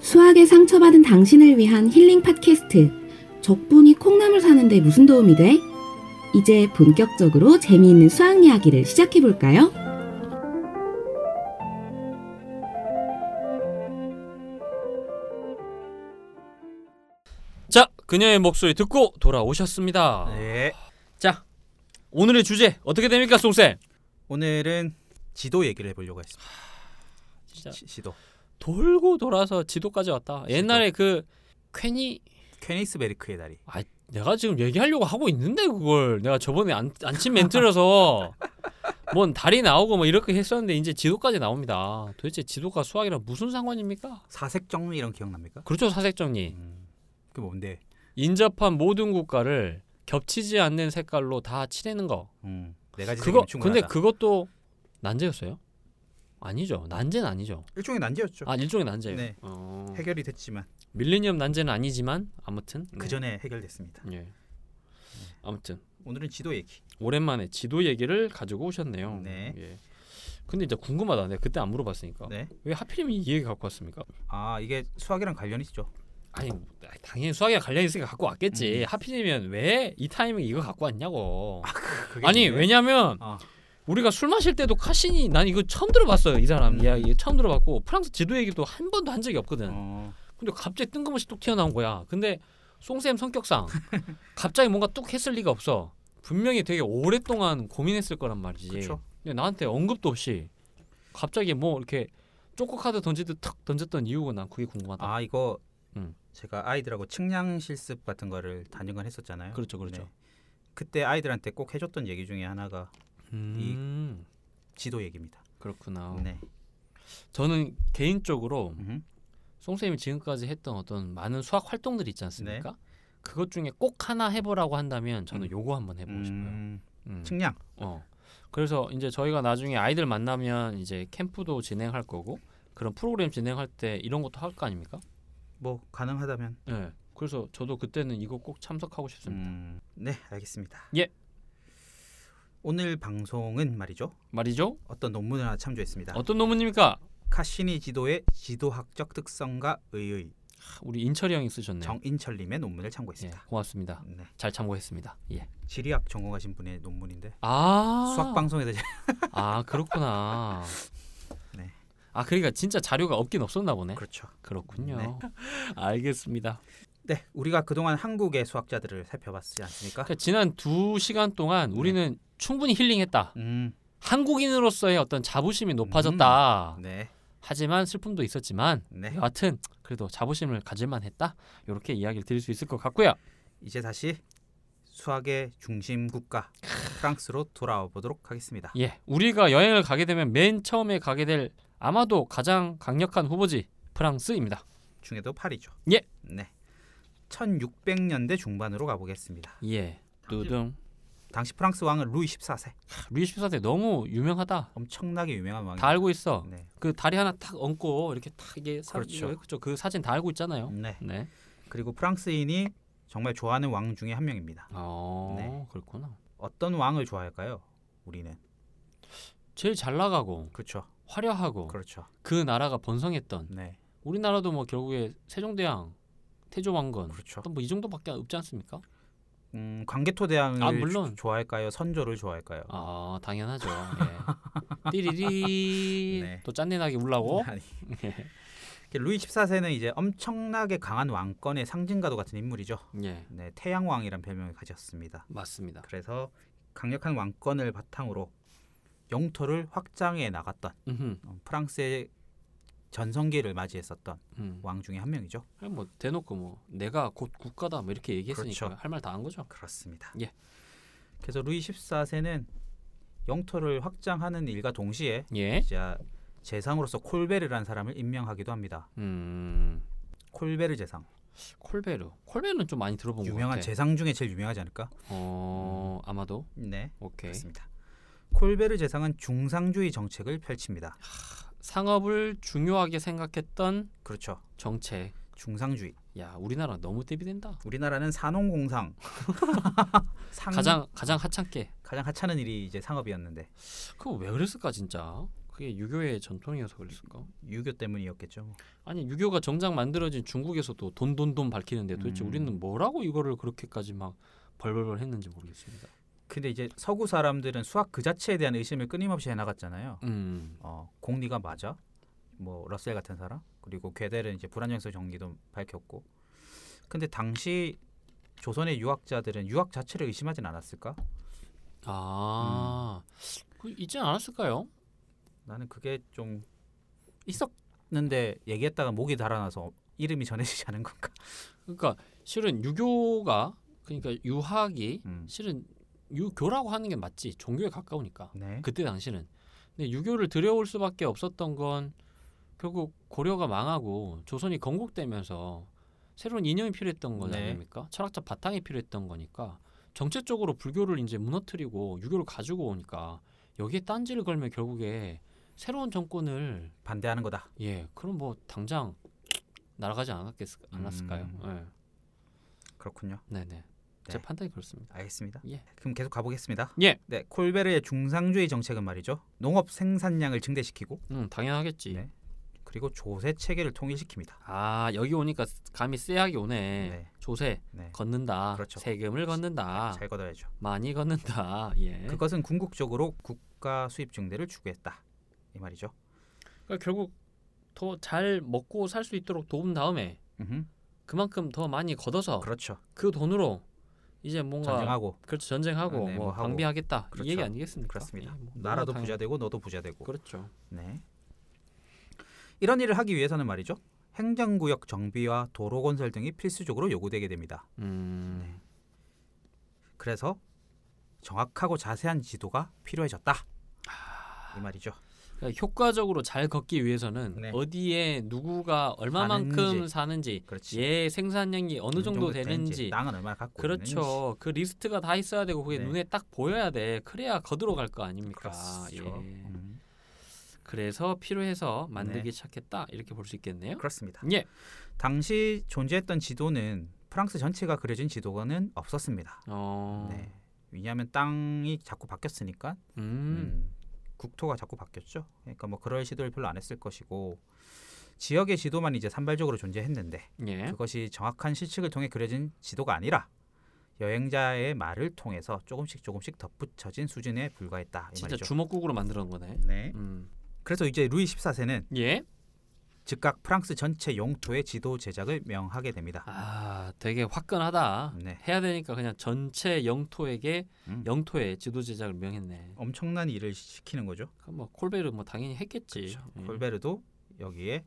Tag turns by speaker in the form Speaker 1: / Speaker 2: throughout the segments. Speaker 1: 수학에 상처받은 당신을 위한 힐링 팟캐스트. 적분이 콩나물 사는데 무슨 도움이 돼? 이제 본격적으로 재미있는 수학 이야기를 시작해볼까요?
Speaker 2: 자, 그녀의 목소리 듣고 돌아오셨습니다.
Speaker 3: 네.
Speaker 2: 자, 오늘의 주제 어떻게 됩니까, 송쌤?
Speaker 3: 오늘은 지도 얘기를 해보려고 했습니다.
Speaker 2: 진짜
Speaker 3: 지, 지도.
Speaker 2: 돌고 돌아서 지도까지 왔다. 옛날에 그 괜히
Speaker 3: 케니스베르크의 다리.
Speaker 2: 내가 지금 얘기하려고 하고 있는데 그걸 내가 저번에 안 안 친 멘트라서 뭔 다리 나오고 뭐 이렇게 했었는데 이제 지도까지 나옵니다. 도대체 지도가 수학이랑 무슨 상관입니까?
Speaker 3: 사색 정리 이런 기억납니까?
Speaker 2: 그렇죠, 사색 정리.
Speaker 3: 음, 그 뭔데?
Speaker 2: 인접한 모든 국가를 겹치지 않는 색깔로 다 칠해는 거.
Speaker 3: 음, 네 가지
Speaker 2: 그거
Speaker 3: 색이면 충분하다.
Speaker 2: 근데 그것도 난제였어요? 아니죠. 난제는 아니죠.
Speaker 3: 일종의 난제였죠.
Speaker 2: 그 아 일종의 난제예요.
Speaker 3: 네.
Speaker 2: 어.
Speaker 3: 해결이 됐지만
Speaker 2: 밀레니엄 난제는 아니지만 아무튼 네.
Speaker 3: 그 전에 해결됐습니다.
Speaker 2: 예. 아무튼
Speaker 3: 오늘은 지도 얘기.
Speaker 2: 오랜만에 지도 얘기를 가지고 오셨네요.
Speaker 3: 네.
Speaker 2: 예. 근데 이제 궁금하다. 내가 그때 안 물어봤으니까
Speaker 3: 네.
Speaker 2: 왜 하필이면 이 얘기 갖고 왔습니까?
Speaker 3: 아 이게 수학이랑 관련이 있죠.
Speaker 2: 아니 당연히 수학이랑 관련 있으니까 갖고 왔겠지.
Speaker 3: 음.
Speaker 2: 하필이면 왜 이 타이밍 이거 갖고 왔냐고.
Speaker 3: 그게
Speaker 2: 아, 니
Speaker 3: 뭔데?
Speaker 2: 왜냐면
Speaker 3: 아.
Speaker 2: 우리가 술 마실 때도 카시니 난 이거 처음 들어봤어요. 이 사람
Speaker 3: 음.
Speaker 2: 이야기 처음 들어봤고 프랑스 지도 얘기도 한 번도 한 적이 없거든.
Speaker 3: 어,
Speaker 2: 근데 갑자기 뜬금없이 뚝 튀어나온 거야. 근데 송쌤 성격상 갑자기 뭔가 뚝 했을 리가 없어. 분명히 되게 오랫동안 고민했을 거란 말이지.
Speaker 3: 그쵸.
Speaker 2: 근데 나한테 언급도 없이 갑자기 뭐 이렇게 쪼꼬 카드 던지듯 탁 던졌던 이유가 난 그게 궁금하다.
Speaker 3: 아 이거
Speaker 2: 음.
Speaker 3: 제가 아이들하고 측량 실습 같은 거를 단연간 했었잖아요.
Speaker 2: 그렇죠, 그렇죠.
Speaker 3: 네. 그때 아이들한테 꼭 해줬던 얘기 중에 하나가
Speaker 2: 음,
Speaker 3: 지도 얘기입니다.
Speaker 2: 그렇구나.
Speaker 3: 네.
Speaker 2: 저는 개인적으로
Speaker 3: 음.
Speaker 2: 송쌤이 지금까지 했던 어떤 많은 수학 활동들 있지 않습니까? 그것 중에 꼭 하나 해보라고 한다면 저는
Speaker 3: 네. 음.
Speaker 2: 요거 한번 해보고 싶어요.
Speaker 3: 음,
Speaker 2: 음.
Speaker 3: 측량.
Speaker 2: 어. 그래서 이제 저희가 나중에 아이들 만나면 이제 캠프도 진행할 거고 그런 프로그램 진행할 때 이런 것도 할 거 아닙니까?
Speaker 3: 뭐 가능하다면
Speaker 2: 예. 그래서 저도 그때는 이거 꼭 참석하고 싶습니다.
Speaker 3: 음, 네, 알겠습니다.
Speaker 2: 예.
Speaker 3: 오늘 방송은 말이죠.
Speaker 2: 말이죠?
Speaker 3: 어떤 논문을 하나 참조했습니다.
Speaker 2: 어떤 논문입니까?
Speaker 3: 카시니 지도의 지도학적 특성과 의의
Speaker 2: 하, 우리 인철이 형이 쓰셨네요.
Speaker 3: 정인철 님의 논문을
Speaker 2: 예,
Speaker 3: 참고했습니다.
Speaker 2: 고맙습니다.
Speaker 3: 네.
Speaker 2: 잘 참고했습니다. 예.
Speaker 3: 지리학 전공하신 분의 논문인데
Speaker 2: 아.
Speaker 3: 수학 방송에서 제-
Speaker 2: 아, 그렇구나.
Speaker 3: 네.
Speaker 2: 아, 그러니까 진짜 자료가 없긴 없었나 보네.
Speaker 3: 그렇죠.
Speaker 2: 그렇군요. 알겠습니다.
Speaker 3: 네, 우리가 그동안 한국의 수학자들을 살펴봤지 않습니까?
Speaker 2: 그러니까 지난 두 시간 동안
Speaker 3: 네.
Speaker 2: 우리는 충분히 힐링했다.
Speaker 3: 음,
Speaker 2: 한국인으로서의 어떤 자부심이 높아졌다.
Speaker 3: 네,
Speaker 2: 하지만 슬픔도 있었지만
Speaker 3: 네.
Speaker 2: 여하튼 그래도 자부심을 가질만 했다. 이렇게 이야기를 드릴 수 있을 것 같고요.
Speaker 3: 이제 다시 수학의 중심 국가 프랑스로 돌아와 보도록 하겠습니다.
Speaker 2: 예, 우리가 여행을 가게 되면 맨 처음에 가게 될 아마도 가장 강력한 후보지 프랑스입니다.
Speaker 3: 중에도 파리죠.
Speaker 2: 예.
Speaker 3: 네. 1600년대 중반으로 가보겠습니다.
Speaker 2: 예, 두둥
Speaker 3: 당시 프랑스 왕은 루이 14세.
Speaker 2: 루이 14세 너무 유명하다.
Speaker 3: 엄청나게 유명한 왕이죠.
Speaker 2: 다 알고 있어.
Speaker 3: 네.
Speaker 2: 그 다리 하나 탁 얹고 이렇게 탁 이게 사,
Speaker 3: 그렇죠.
Speaker 2: 이거- 그렇죠. 그 사진 다 알고 있잖아요.
Speaker 3: 네.
Speaker 2: 네.
Speaker 3: 그리고 프랑스인이 정말 좋아하는 왕 중에 한 명입니다.
Speaker 2: 어,
Speaker 3: 네.
Speaker 2: 그렇구나.
Speaker 3: 어떤 왕을 좋아할까요? 우리는.
Speaker 2: 제일 잘 나가고
Speaker 3: 그렇죠.
Speaker 2: 화려하고
Speaker 3: 그렇죠.
Speaker 2: 그 나라가 번성했던
Speaker 3: 네.
Speaker 2: 우리나라도 뭐 결국에 세종대왕, 태조왕건
Speaker 3: 그렇죠.
Speaker 2: 또 뭐 이 정도밖에 없지 않습니까?
Speaker 3: 음, 광개토 대왕을
Speaker 2: 아, 물론.
Speaker 3: 조- 좋아할까요? 선조를 좋아할까요?
Speaker 2: 아 당연하죠. 예. 띠리리
Speaker 3: 네.
Speaker 2: 또 짠내나게 울라고.
Speaker 3: 아니. 루이 14세는 이제 엄청나게 강한 왕권의 상징과도 같은 인물이죠.
Speaker 2: 예
Speaker 3: 네, 태양왕이란 별명을 가졌습니다.
Speaker 2: 맞습니다.
Speaker 3: 그래서 강력한 왕권을 바탕으로 영토를 확장해 나갔던
Speaker 2: 음흠,
Speaker 3: 어, 프랑스의 전성기를 맞이했었던
Speaker 2: 음.
Speaker 3: 왕 중에 한 명이죠.
Speaker 2: 그냥 뭐 대놓고 뭐 내가 곧 국가다 뭐 이렇게 얘기했으니까
Speaker 3: 그렇죠.
Speaker 2: 할 말 다 한 거죠.
Speaker 3: 그렇습니다.
Speaker 2: 예.
Speaker 3: 그래서 루이 14세는 영토를 확장하는 일과 동시에
Speaker 2: 예.
Speaker 3: 이제 재상으로서 콜베르라는 사람을 임명하기도 합니다.
Speaker 2: 음
Speaker 3: 콜베르 재상.
Speaker 2: 콜베르. 콜베르는 좀 많이 들어본 것
Speaker 3: 유명한
Speaker 2: 같아.
Speaker 3: 재상 중에 제일 유명하지 않을까?
Speaker 2: 어 아마도
Speaker 3: 네.
Speaker 2: 오케이.
Speaker 3: 그렇습니다. 콜베르 재상은 중상주의 정책을 펼칩니다.
Speaker 2: 상업을 중요하게 생각했던
Speaker 3: 그렇죠.
Speaker 2: 정책.
Speaker 3: 중상주의.
Speaker 2: 야 우리나라 너무 대비된다.
Speaker 3: 우리나라는 산업공상 상,
Speaker 2: 가장 가장 하찮게.
Speaker 3: 가장 하찮은 일이 이제 상업이었는데
Speaker 2: 그거 왜 그랬을까 진짜? 그게 유교의 전통이어서 그랬을까?
Speaker 3: 유교 때문이었겠죠. 뭐.
Speaker 2: 아니 유교가 정작 만들어진 중국에서도 돈돈돈 밝히는데 도대체
Speaker 3: 음.
Speaker 2: 우리는 뭐라고 이거를 그렇게까지 막 벌벌벌 했는지 모르겠습니다.
Speaker 3: 근데 이제 서구 사람들은 수학 그 자체에 대한 의심을 끊임없이 해나갔잖아요.
Speaker 2: 음.
Speaker 3: 어, 공리가 맞아? 뭐 러셀 같은 사람 그리고 괴델은 이제 불안정성 정리도 밝혔고. 근데 당시 조선의 유학자들은 유학 자체를 의심하진 않았을까?
Speaker 2: 아,
Speaker 3: 음.
Speaker 2: 그 있진 않았을까요?
Speaker 3: 나는 그게 좀 있었는데 얘기했다가 목이 달아나서 이름이 전해지지 않은 건가?
Speaker 2: 그러니까 실은 유교가 그러니까 유학이
Speaker 3: 음.
Speaker 2: 실은 유교라고 하는 게 맞지 종교에 가까우니까
Speaker 3: 네.
Speaker 2: 그때 당시는 근데 유교를 들여올 수밖에 없었던 건 결국 고려가 망하고 조선이 건국되면서 새로운 이념이 필요했던 거지
Speaker 3: 네.
Speaker 2: 아닙니까? 철학적 바탕이 필요했던 거니까 정체적으로 불교를 이제 무너뜨리고 유교를 가지고 오니까 여기에 딴지를 걸면 결국에 새로운 정권을
Speaker 3: 반대하는 거다.
Speaker 2: 예 그럼 뭐 당장 날아가지 않았겠 않았을까요?
Speaker 3: 그렇군요.
Speaker 2: 예. 네네 제
Speaker 3: 음. 네.
Speaker 2: 판단이 그렇습니다.
Speaker 3: 알겠습니다.
Speaker 2: 예.
Speaker 3: 그럼 계속 가보겠습니다.
Speaker 2: 예.
Speaker 3: 네, 콜베르의 중상주의 정책은 말이죠. 농업 생산량을 증대시키고
Speaker 2: 음 당연하겠지.
Speaker 3: 네. 그리고 조세 체계를 통일시킵니다.
Speaker 2: 아 여기 오니까 감이 쎄하게 오네.
Speaker 3: 네.
Speaker 2: 조세
Speaker 3: 네.
Speaker 2: 걷는다.
Speaker 3: 그렇죠.
Speaker 2: 세금을 걷는다.
Speaker 3: 잘 걷어야죠.
Speaker 2: 많이 걷는다. 예. 그,
Speaker 3: 그것은 궁극적으로 국가 수입 증대를 추구했다. 이 말이죠.
Speaker 2: 러니까 그러니까 결국 더 잘 먹고 살 수 있도록 도운 다음에
Speaker 3: 음흠.
Speaker 2: 그만큼 더 많이 걷어서 그,
Speaker 3: 그렇죠.
Speaker 2: 돈으로 이제 뭔가
Speaker 3: 전쟁하고
Speaker 2: 그렇죠 전쟁하고
Speaker 3: 아, 네,
Speaker 2: 뭐
Speaker 3: 뭐 하고.
Speaker 2: 방비하겠다
Speaker 3: 그렇죠.
Speaker 2: 이 얘기 아니겠습니까?
Speaker 3: 그렇습니다.
Speaker 2: 예, 뭐
Speaker 3: 나라도
Speaker 2: 당연-
Speaker 3: 부자 되고 너도 부자 되고.
Speaker 2: 그렇죠.
Speaker 3: 네. 이런 일을 하기 위해서는 말이죠. 행정구역 정비와 도로 건설 등이 필수적으로 요구되게 됩니다.
Speaker 2: 음.
Speaker 3: 네. 그래서 정확하고 자세한 지도가 필요해졌다. 이 말이죠.
Speaker 2: 그러니까 효과적으로 잘 걷기 위해서는
Speaker 3: 네.
Speaker 2: 어디에 누구가 얼마만큼
Speaker 3: 사는지.
Speaker 2: 사는지,
Speaker 3: 그렇지.
Speaker 2: 얘 생산량이 예, 어느 정도 되는지
Speaker 3: 땅은 얼마나 갖고 있는지.
Speaker 2: 그렇죠. 그 리스트가 다 있어야 되고 그게
Speaker 3: 네.
Speaker 2: 눈에 딱 보여야 돼. 그래야 거들어 갈 거 아닙니까?
Speaker 3: 그렇죠.
Speaker 2: 예.
Speaker 3: 음,
Speaker 2: 그래서 필요해서
Speaker 3: 네.
Speaker 2: 만들기 시작했다 이렇게 볼 수 있겠네요.
Speaker 3: 그렇습니다.
Speaker 2: 예.
Speaker 3: 당시 존재했던 지도는 프랑스 전체가 그려진 지도가는 없었습니다.
Speaker 2: 어.
Speaker 3: 네. 왜냐하면 땅이 자꾸 바뀌었으니까
Speaker 2: 음.
Speaker 3: 음, 국토가 자꾸 바뀌었죠. 그러니까 뭐 그럴 시도를 별로 안 했을 것이고 지역의 지도만 이제 산발적으로 존재했는데
Speaker 2: 예.
Speaker 3: 그것이 정확한 실측을 통해 그려진 지도가 아니라 여행자의 말을 통해서 조금씩 조금씩 덧붙여진 수준에 불과했다 이
Speaker 2: 진짜
Speaker 3: 그 말이죠.
Speaker 2: 주먹국으로 만들어 놓은 거네.
Speaker 3: 네.
Speaker 2: 음.
Speaker 3: 그래서 이제 루이 14세는
Speaker 2: 예.
Speaker 3: 즉각 프랑스 전체 영토의 지도 제작을 명하게 됩니다.
Speaker 2: 아, 되게 화끈하다.
Speaker 3: 네.
Speaker 2: 해야 되니까 그냥 전체 영토에게
Speaker 3: 음.
Speaker 2: 영토의 지도 제작을 명했네.
Speaker 3: 엄청난 일을 시키는 거죠.
Speaker 2: 그럼 뭐 콜베르 뭐 당연히 했겠지. 예.
Speaker 3: 콜베르도 여기에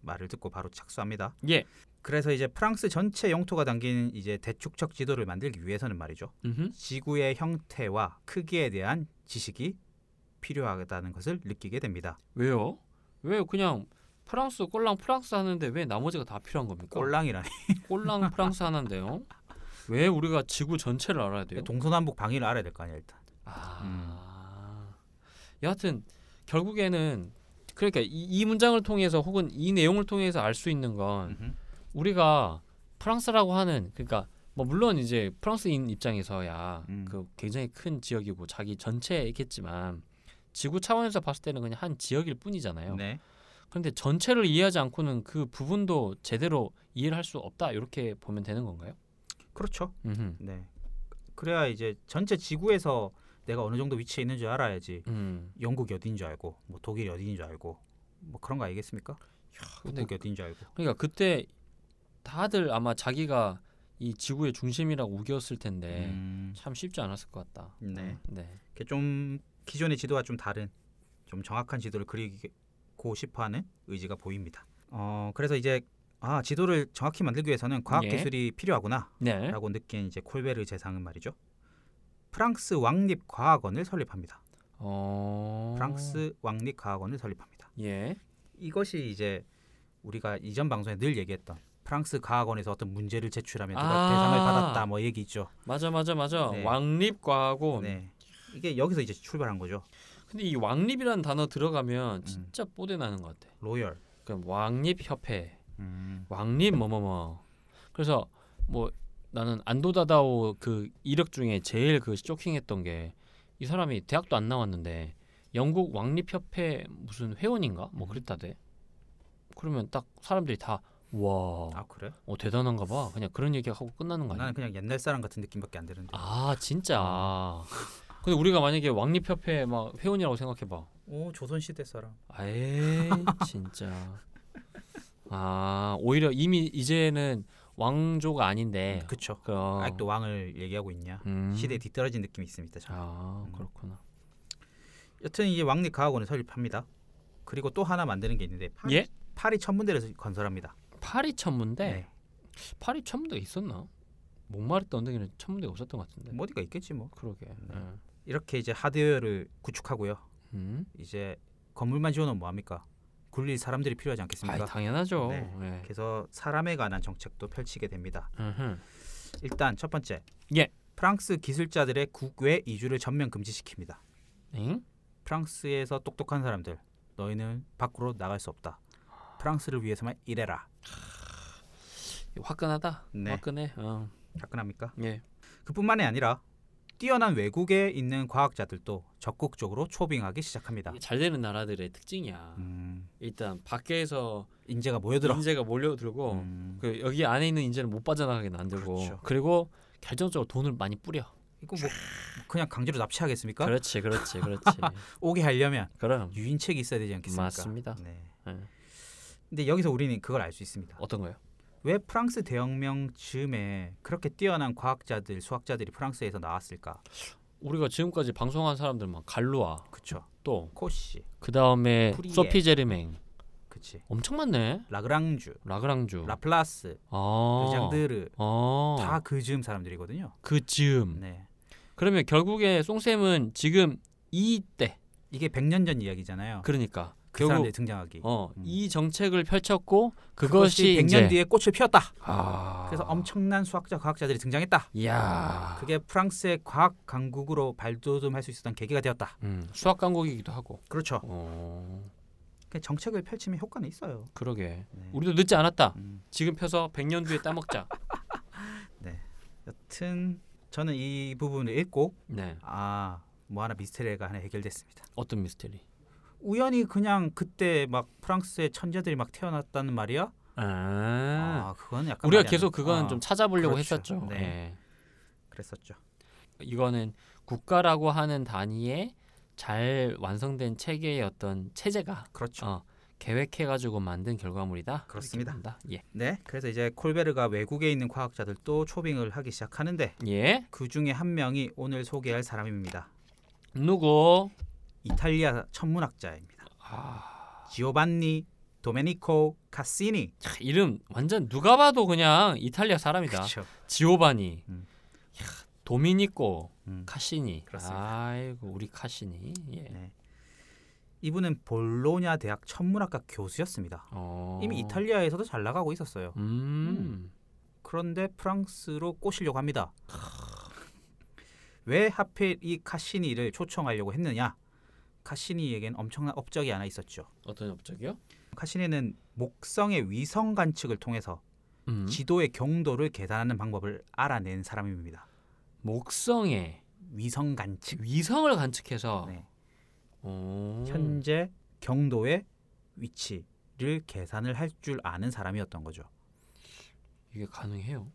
Speaker 3: 말을 듣고 바로 착수합니다.
Speaker 2: 예.
Speaker 3: 그래서 이제 프랑스 전체 영토가 담긴 이제 대축척 지도를 만들기 위해서는 말이죠.
Speaker 2: 음흠.
Speaker 3: 지구의 형태와 크기에 대한 지식이 필요하다는 것을 느끼게 됩니다.
Speaker 2: 어. 왜요? 왜 그냥 프랑스 꼴랑 프랑스 하는데 왜 나머지가 다 필요한 겁니까?
Speaker 3: 꼴랑이라니.
Speaker 2: 꼴랑 프랑스 하는데요. 왜 우리가 지구 전체를 알아야 돼요?
Speaker 3: 그러니까 동서남북 방위를 알아야 될 거 아니야 일단. 음.
Speaker 2: 아. 여하튼 결국에는 그러니까 이, 이 문장을 통해서 혹은 이 내용을 통해서 알 수 있는 건
Speaker 3: 음흠.
Speaker 2: 우리가 프랑스라고 하는 그러니까 뭐 물론 이제 프랑스인 입장에서야
Speaker 3: 음.
Speaker 2: 그 굉장히 큰 지역이고 자기 전체겠지만 지구 차원에서 봤을 때는 그냥 한 지역일 뿐이잖아요.
Speaker 3: 네.
Speaker 2: 그런데 전체를 이해하지 않고는 그 부분도 제대로 이해를 할 수 없다 이렇게 보면 되는 건가요?
Speaker 3: 그렇죠.
Speaker 2: 음흠.
Speaker 3: 네. 그래야 이제 전체 지구에서 내가 어느 정도 위치에 있는 줄 알아야지.
Speaker 2: 음.
Speaker 3: 영국이 어디인 줄 알고, 뭐 독일이 어디인 줄 알고, 뭐 그런 거 아니겠습니까?
Speaker 2: 근데
Speaker 3: 북극이 어디인 줄 알고.
Speaker 2: 그러니까 그때 다들 아마 자기가 이 지구의 중심이라고 우겼을 텐데
Speaker 3: 음.
Speaker 2: 참 쉽지 않았을 것 같다.
Speaker 3: 네.
Speaker 2: 음, 네.
Speaker 3: 이렇게 좀 기존의 지도와 좀 다른 좀 정확한 지도를 그리고 싶어하는 의지가 보입니다. 어 그래서 이제 아 지도를 정확히 만들기 위해서는 과학
Speaker 2: 예.
Speaker 3: 기술이 필요하구나라고
Speaker 2: 네.
Speaker 3: 느낀 이제 콜베르 재상은 말이죠. 프랑스 왕립 과학원을 설립합니다.
Speaker 2: 어.
Speaker 3: 프랑스 왕립 과학원을 설립합니다.
Speaker 2: 예.
Speaker 3: 이것이 이제 우리가 이전 방송에 늘 얘기했던 프랑스 과학원에서 어떤 문제를 제출하면 누가
Speaker 2: 아.
Speaker 3: 대상을 받았다 뭐 얘기 있죠.
Speaker 2: 맞아 맞아 맞아.
Speaker 3: 네.
Speaker 2: 왕립과학원.
Speaker 3: 네. 이게 여기서 이제 출발한 거죠.
Speaker 2: 근데 이 왕립이라는 단어
Speaker 3: 음.
Speaker 2: 들어가면 진짜 뽀대 나는 것 같아.
Speaker 3: 로열.
Speaker 2: 그러니까 왕립 협회.
Speaker 3: 음.
Speaker 2: 왕립 뭐뭐뭐. 그래서 뭐 나는 안도다다오 그 이력 중에 제일 그 쇼킹했던 게 이 사람이 대학도 안 나왔는데 영국 왕립협회 무슨 회원인가 뭐 그랬다대. 그러면 딱 사람들이 다 와,
Speaker 3: 아 그래?
Speaker 2: 어, 대단한가 봐. 그냥 그런 얘기하고 끝나는 거 아니야?
Speaker 3: 나는 그냥 옛날 사람 같은 느낌밖에 안 드는데.
Speaker 2: 아 진짜. 근데 우리가 만약에 왕립협회 막 회원이라고 생각해봐.
Speaker 3: 오 조선 시대 사람.
Speaker 2: 에이 진짜. 아 오히려 이미 이제는 왕조가 아닌데.
Speaker 3: 그쵸.
Speaker 2: 그, 어,
Speaker 3: 그러니까. 아직도 왕을 얘기하고 있냐?
Speaker 2: 음.
Speaker 3: 시대에 뒤떨어진 느낌이 있습니다. 참.
Speaker 2: 아
Speaker 3: 음.
Speaker 2: 그렇구나.
Speaker 3: 여튼 이제 왕립 과학원을 설립합니다. 그리고 또 하나 만드는 게 있는데 파리,
Speaker 2: 예?
Speaker 3: 파리 천문대를 건설합니다.
Speaker 2: 파리 천문대.
Speaker 3: 네.
Speaker 2: 파리 천문대가 있었나? 목마르 언덕에는 천문대가 없었던 것 같은데.
Speaker 3: 뭐 어디가 있겠지 뭐.
Speaker 2: 그러게. 예.
Speaker 3: 이렇게 이제 하드웨어를 구축하고요.
Speaker 2: 음.
Speaker 3: 이제 건물만 지어놓으면 뭐합니까? 굴릴 사람들이 필요하지 않겠습니까?
Speaker 2: 아 당연하죠.
Speaker 3: 네.
Speaker 2: 예.
Speaker 3: 그래서 사람에 관한 정책도 펼치게 됩니다.
Speaker 2: 음흠.
Speaker 3: 일단 첫 번째,
Speaker 2: 예.
Speaker 3: 프랑스 기술자들의 국외 이주를 전면 금지시킵니다.
Speaker 2: 엥?
Speaker 3: 프랑스에서 똑똑한 사람들, 너희는 밖으로 나갈 수 없다. 프랑스를 위해서만 일해라.
Speaker 2: 화끈하다.
Speaker 3: 네.
Speaker 2: 화끈해. 어.
Speaker 3: 가끈합니까?
Speaker 2: 예.
Speaker 3: 그뿐만이 아니라 뛰어난 외국에 있는 과학자들도 적극적으로 초빙하기 시작합니다.
Speaker 2: 잘 되는 나라들의 특징이야.
Speaker 3: 아. 음,
Speaker 2: 일단 밖에서
Speaker 3: 인재가 모여들어.
Speaker 2: 인재가 몰려들고
Speaker 3: 음,
Speaker 2: 그 여기 안에 있는 인재는 못 빠져나가게 만들고
Speaker 3: 그렇죠.
Speaker 2: 그리고 결정적으로 돈을 많이 뿌려.
Speaker 3: 이거 뭐 그냥 강제로 납치하겠습니까?
Speaker 2: 그렇지 그렇지, 그렇지.
Speaker 3: 오게 하려면
Speaker 2: 그럼
Speaker 3: 유인책이 있어야 되지 않겠습니까?
Speaker 2: 맞습니다.
Speaker 3: 네.
Speaker 2: 예.
Speaker 3: 근데 여기서 우리는 그걸 알 수 있습니다.
Speaker 2: 어떤 거요?
Speaker 3: 왜 프랑스 대혁명 즈음에 그렇게 뛰어난 과학자들, 수학자들이 프랑스에서 나왔을까?
Speaker 2: 우리가 지금까지 방송한 사람들만 갈루아
Speaker 3: 그쵸.
Speaker 2: 또
Speaker 3: 코시,
Speaker 2: 그 다음에
Speaker 3: 프리에.
Speaker 2: 소피 제르맹
Speaker 3: 그치.
Speaker 2: 엄청 많네.
Speaker 3: 라그랑주,
Speaker 2: 라그랑주.
Speaker 3: 라플라스,
Speaker 2: 아.
Speaker 3: 르장드르
Speaker 2: 아.
Speaker 3: 다 그 즈음 사람들이거든요.
Speaker 2: 그 즈음.
Speaker 3: 네.
Speaker 2: 그러면 결국에 송쌤은 지금 이때
Speaker 3: 이게 100년 전 이야기잖아요. 그,
Speaker 2: 그러니까
Speaker 3: 사람들이
Speaker 2: 결국
Speaker 3: 등장하기.
Speaker 2: 어,
Speaker 3: 음.
Speaker 2: 이 정책을 펼쳤고 그것이,
Speaker 3: 그것이 100년
Speaker 2: 이제
Speaker 3: 뒤에 꽃을 피웠다.
Speaker 2: 아.
Speaker 3: 그래서 엄청난 수학자, 과학자들이 등장했다.
Speaker 2: 이야.
Speaker 3: 그게 프랑스의 과학 강국으로 발돋움할 수 있었던 계기가 되었다.
Speaker 2: 음, 수학 강국이기도 하고.
Speaker 3: 그렇죠.
Speaker 2: 어,
Speaker 3: 그 정책을 펼치면 효과는 있어요.
Speaker 2: 그러게.
Speaker 3: 네.
Speaker 2: 우리도 늦지 않았다.
Speaker 3: 음.
Speaker 2: 지금 펴서 100년 뒤에 따먹자.
Speaker 3: 여튼 저는 이 부분을 읽고
Speaker 2: 네.
Speaker 3: 아 뭐 하나 미스테리가 하나 해결됐습니다.
Speaker 2: 어떤 미스터리?
Speaker 3: 우연히 그냥 그때 막 프랑스의 천재들이 막 태어났다는 말이야?
Speaker 2: 아.
Speaker 3: 아 그건 약간
Speaker 2: 우리가
Speaker 3: 말이 안
Speaker 2: 계속
Speaker 3: 돼.
Speaker 2: 그건
Speaker 3: 아,
Speaker 2: 좀 찾아보려고
Speaker 3: 그렇죠.
Speaker 2: 했었죠.
Speaker 3: 네. 그랬었죠.
Speaker 2: 예. 이거는 국가라고 하는 단위의 잘 완성된 체계의 어떤 체제가
Speaker 3: 그렇죠.
Speaker 2: 어, 계획해가지고 만든 결과물이다. 이렇게
Speaker 3: 그렇습니다.
Speaker 2: 본다. 예.
Speaker 3: 네, 그래서 이제 콜베르가 외국에 있는 과학자들도 초빙을 하기 시작하는데
Speaker 2: 예.
Speaker 3: 그 중에 한 명이 오늘 소개할 사람입니다.
Speaker 2: 누구?
Speaker 3: 이탈리아 천문학자입니다.
Speaker 2: 아,
Speaker 3: 지오반니 도메니코 카시니.
Speaker 2: 참, 이름 완전 누가 봐도 그냥 이탈리아 사람이다.
Speaker 3: 그렇죠.
Speaker 2: 지오바니,
Speaker 3: 음.
Speaker 2: 야, 도미니코,
Speaker 3: 음.
Speaker 2: 카시니.
Speaker 3: 그렇습니다.
Speaker 2: 아이고 우리 카시니. 예.
Speaker 3: 네. 이분은 볼로냐 대학 천문학과 교수였습니다.
Speaker 2: 어.
Speaker 3: 이미 이탈리아에서도 잘 나가고 있었어요.
Speaker 2: 음.
Speaker 3: 그런데 프랑스로 꼬시려고 합니다. 왜 하필 이 카시니를 초청하려고 했느냐? 카시니에겐 엄청난 업적이 하나 있었죠.
Speaker 2: 어떤 업적이요?
Speaker 3: 카시니는 목성의 위성 관측을 통해서
Speaker 2: 음.
Speaker 3: 지도의 경도를 계산하는 방법을 알아낸 사람입니다.
Speaker 2: 목성에
Speaker 3: 위성 관측.
Speaker 2: 위성을 관측해서
Speaker 3: 네.
Speaker 2: 어.
Speaker 3: 현재 경도의 위치를 계산을 할 줄 아는 사람이었던 거죠.
Speaker 2: 이게 가능해요.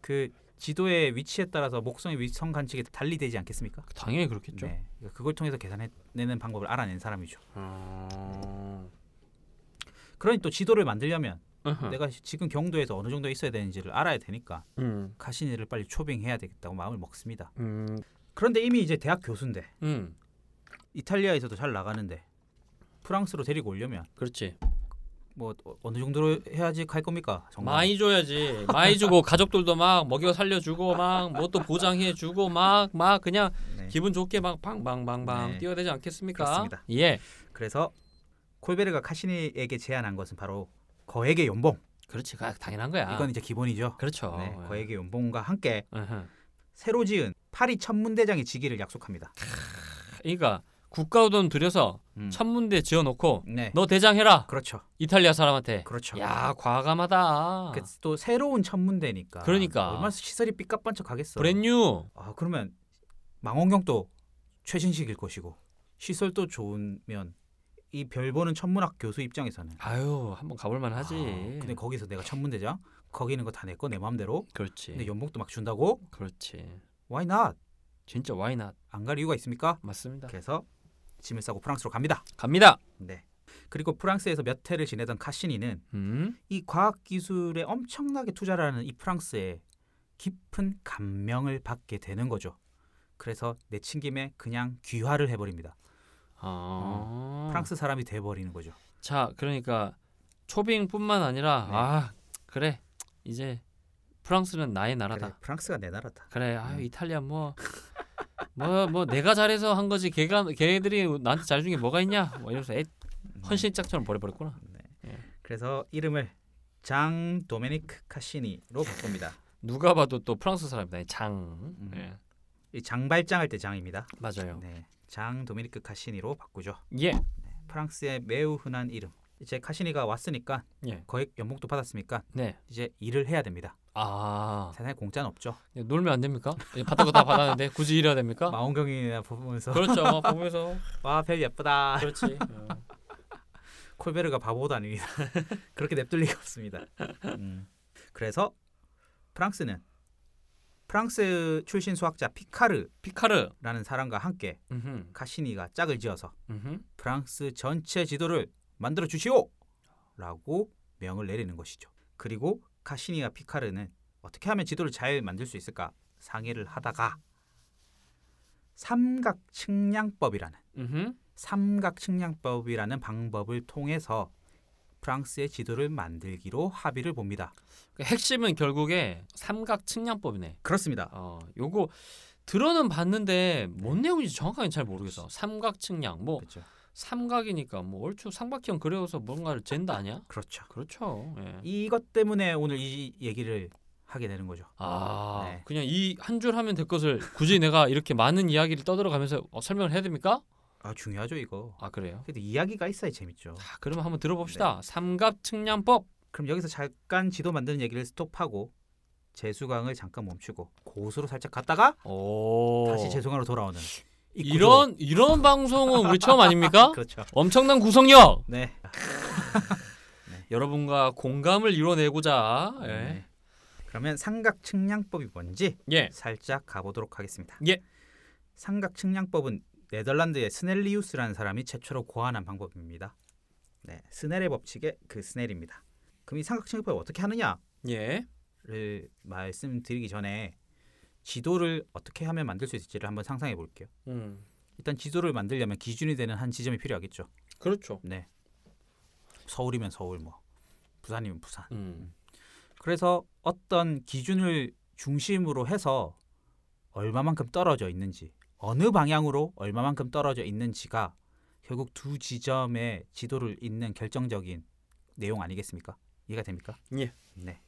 Speaker 3: 그 지도의 위치에 따라서 목성의 위성 관측이 달리 되지 않겠습니까?
Speaker 2: 당연히 그렇겠죠.
Speaker 3: 네. 그걸 통해서 계산해내는 방법을 알아낸 사람이죠.
Speaker 2: 어.
Speaker 3: 그러니 또 지도를 만들려면
Speaker 2: 으흠.
Speaker 3: 내가 지금 경도에서 어느 정도 있어야 되는지를 알아야 되니까
Speaker 2: 음.
Speaker 3: 카시니를 빨리 초빙해야 되겠다고 마음을 먹습니다.
Speaker 2: 음.
Speaker 3: 그런데 이미 이제 대학 교수인데
Speaker 2: 음.
Speaker 3: 이탈리아에서도 잘 나가는데 프랑스로 데리고 오려면
Speaker 2: 그렇지.
Speaker 3: 뭐 어- 어느 정도로 해야지 갈 겁니까? 정말
Speaker 2: 많이 줘야지. 많이 주고 가족들도 막 먹여 살려주고 막 뭣도 보장해주고 막 막 그냥
Speaker 3: 네.
Speaker 2: 기분 좋게 막 방방방방
Speaker 3: 네.
Speaker 2: 뛰어대지 않겠습니까?
Speaker 3: 그렇습니다.
Speaker 2: 예,
Speaker 3: 그래서 콜베르가 카시니에게 제안한 것은 바로 거액의 연봉.
Speaker 2: 그렇지. 가- 아, 당연한 거야.
Speaker 3: 이건 이제 기본이죠.
Speaker 2: 그렇죠.
Speaker 3: 네,
Speaker 2: 예.
Speaker 3: 거액의 연봉과 함께
Speaker 2: 어허.
Speaker 3: 새로 지은 파리 천문대장의 직위를 약속합니다.
Speaker 2: 그러니까 국가 돈 들여서
Speaker 3: 음.
Speaker 2: 천문대 지어놓고
Speaker 3: 네,
Speaker 2: 너 대장 해라
Speaker 3: 그렇죠,
Speaker 2: 이탈리아 사람한테.
Speaker 3: 그렇죠.
Speaker 2: 야 과감하다.
Speaker 3: 그, 또 새로운 천문대니까.
Speaker 2: 그러니까.
Speaker 3: 얼마나 시설이 삐까뻔쩍하겠어.
Speaker 2: 브랜뉴.
Speaker 3: 아 그러면 망원경도 아, 최신식일 것이고 시설도 좋으면 이 별 보는 천문학 교수 입장에서는
Speaker 2: 아유 한번 가볼만 하지.
Speaker 3: 아, 근데 거기서 내가 천문대장 거기 있는 거 다 내 거 내 마음대로
Speaker 2: 그렇지.
Speaker 3: 근데 연봉도 막 준다고
Speaker 2: 그렇지.
Speaker 3: why not
Speaker 2: 진짜 why not?
Speaker 3: 안 갈 이유가 있습니까?
Speaker 2: 맞습니다.
Speaker 3: 그래서 짐을 싸고 프랑스로 갑니다.
Speaker 2: 갑니다.
Speaker 3: 네. 그리고 프랑스에서 몇 해를 지내던 카시니는
Speaker 2: 음.
Speaker 3: 이 과학 기술에 엄청나게 투자를 하는 이 프랑스에 깊은 감명을 받게 되는 거죠. 그래서 내친 김에 그냥 귀화를 해버립니다.
Speaker 2: 아.
Speaker 3: 어, 프랑스 사람이 돼버리는 거죠.
Speaker 2: 자, 그러니까 초빙뿐만 아니라
Speaker 3: 네.
Speaker 2: 아 그래 이제 프랑스는 나의
Speaker 3: 그래,
Speaker 2: 나라다.
Speaker 3: 프랑스가 내 나라다.
Speaker 2: 그래, 아유
Speaker 3: 음.
Speaker 2: 이탈리아 뭐 뭐 뭐 내가 잘해서 한 거지 걔가 걔들이 나한테 잘해준 게 뭐가 있냐? 뭐 이러면서 애,
Speaker 3: 음. 네.
Speaker 2: 헌신짝처럼 버려버렸구나.
Speaker 3: 그래서 이름을 장 도메니크 카시니로 바꿉니다.
Speaker 2: 누가 봐도 또 프랑스 사람이다. 장. 예,
Speaker 3: 이 장발장 할 때 장입니다.
Speaker 2: 맞아요.
Speaker 3: 네, 장 도메니크 카시니로 바꾸죠.
Speaker 2: 예.
Speaker 3: 프랑스의 매우 흔한 이름. 이제 카시니가 왔으니까
Speaker 2: 예.
Speaker 3: 거액 연봉도 받았으니까
Speaker 2: 네.
Speaker 3: 이제 일을 해야 됩니다.
Speaker 2: 아
Speaker 3: 세상에 공짜는 없죠.
Speaker 2: 예, 놀면 안 됩니까? 예, 받은 거다 받았는데 굳이 이래야 됩니까?
Speaker 3: 마원경이나 보면서
Speaker 2: 그렇죠. 뭐 보면서
Speaker 3: 와 별 예쁘다.
Speaker 2: 그렇지.
Speaker 3: 콜베르가 바보도 아닙니다. 그렇게 냅둘 리가 없습니다. 음. 그래서 프랑스는 프랑스 출신 수학자 피카르라는
Speaker 2: 피카르.
Speaker 3: 사람과 함께
Speaker 2: 음흠.
Speaker 3: 카시니가 짝을 지어서
Speaker 2: 음흠.
Speaker 3: 프랑스 전체 지도를 만들어 주시오! 라고 명을 내리는 것이죠. 그리고 카시니와 피카르는 어떻게 하면 지도를 잘 만들 수 있을까 상의를 하다가 삼각측량법이라는
Speaker 2: 음흠.
Speaker 3: 삼각측량법이라는 방법을 통해서 프랑스의 지도를 만들기로 합의를 봅니다.
Speaker 2: 그 핵심은 결국에 삼각 측량법이네.
Speaker 3: 그렇습니다.
Speaker 2: 어, 요거 들어는 봤는데 뭔 내용인지 정확하게 잘 모르겠어. 삼각 측량. 뭐
Speaker 3: 그렇죠.
Speaker 2: 삼각이니까 뭐 얼추 삼각형 그려서 뭔가를 잰다 아니야?
Speaker 3: 그렇죠.
Speaker 2: 그렇죠. 예.
Speaker 3: 이것 때문에 오늘 이 얘기를 하게 되는 거죠.
Speaker 2: 아,
Speaker 3: 네.
Speaker 2: 그냥 이 한 줄 하면 될 것을 굳이 내가 이렇게 많은 이야기를 떠들어가면서 어, 설명을 해야 됩니까?
Speaker 3: 아 중요하죠 이거.
Speaker 2: 아, 그래요.
Speaker 3: 그래도 이야기가 있어야 재밌죠.
Speaker 2: 아, 그러면 한번 들어봅시다.
Speaker 3: 네.
Speaker 2: 삼각 측량법.
Speaker 3: 그럼 여기서 잠깐 지도 만드는 얘기를 스톱하고 재수강을 잠깐 멈추고 고수로 살짝 갔다가
Speaker 2: 오.
Speaker 3: 다시 재수강으로 돌아오는 이 구조.
Speaker 2: 어. 이런 이런 방송은 우리 처음 아닙니까?
Speaker 3: 그렇죠.
Speaker 2: 엄청난 구성력.
Speaker 3: 네.
Speaker 2: 여러분과 공감을 이뤄내고자 예.
Speaker 3: 네. 그러면 삼각측량법이 뭔지
Speaker 2: 예.
Speaker 3: 살짝 가보도록 하겠습니다.
Speaker 2: 예.
Speaker 3: 삼각측량법은 네덜란드의 스넬리우스라는 사람이 최초로 고안한 방법입니다. 네, 스넬의 법칙의 그 스넬입니다. 그럼 이 삼각측량법을 어떻게 하느냐를
Speaker 2: 예.
Speaker 3: 말씀드리기 전에 지도를 어떻게 하면 만들 수 있을지를 한번 상상해 볼게요.
Speaker 2: 음.
Speaker 3: 일단 지도를 만들려면 기준이 되는 한 지점이 필요하겠죠.
Speaker 2: 그렇죠.
Speaker 3: 네. 서울이면 서울 뭐 부산이면 부산.
Speaker 2: 음.
Speaker 3: 그래서 어떤 기준을 중심으로 해서 얼마만큼 떨어져 있는지 어느 방향으로 얼마만큼 떨어져 있는지가 결국 두 지점의 지도를 잇는 결정적인 내용 아니겠습니까? 이해가 됩니까?
Speaker 2: 예.
Speaker 3: 네.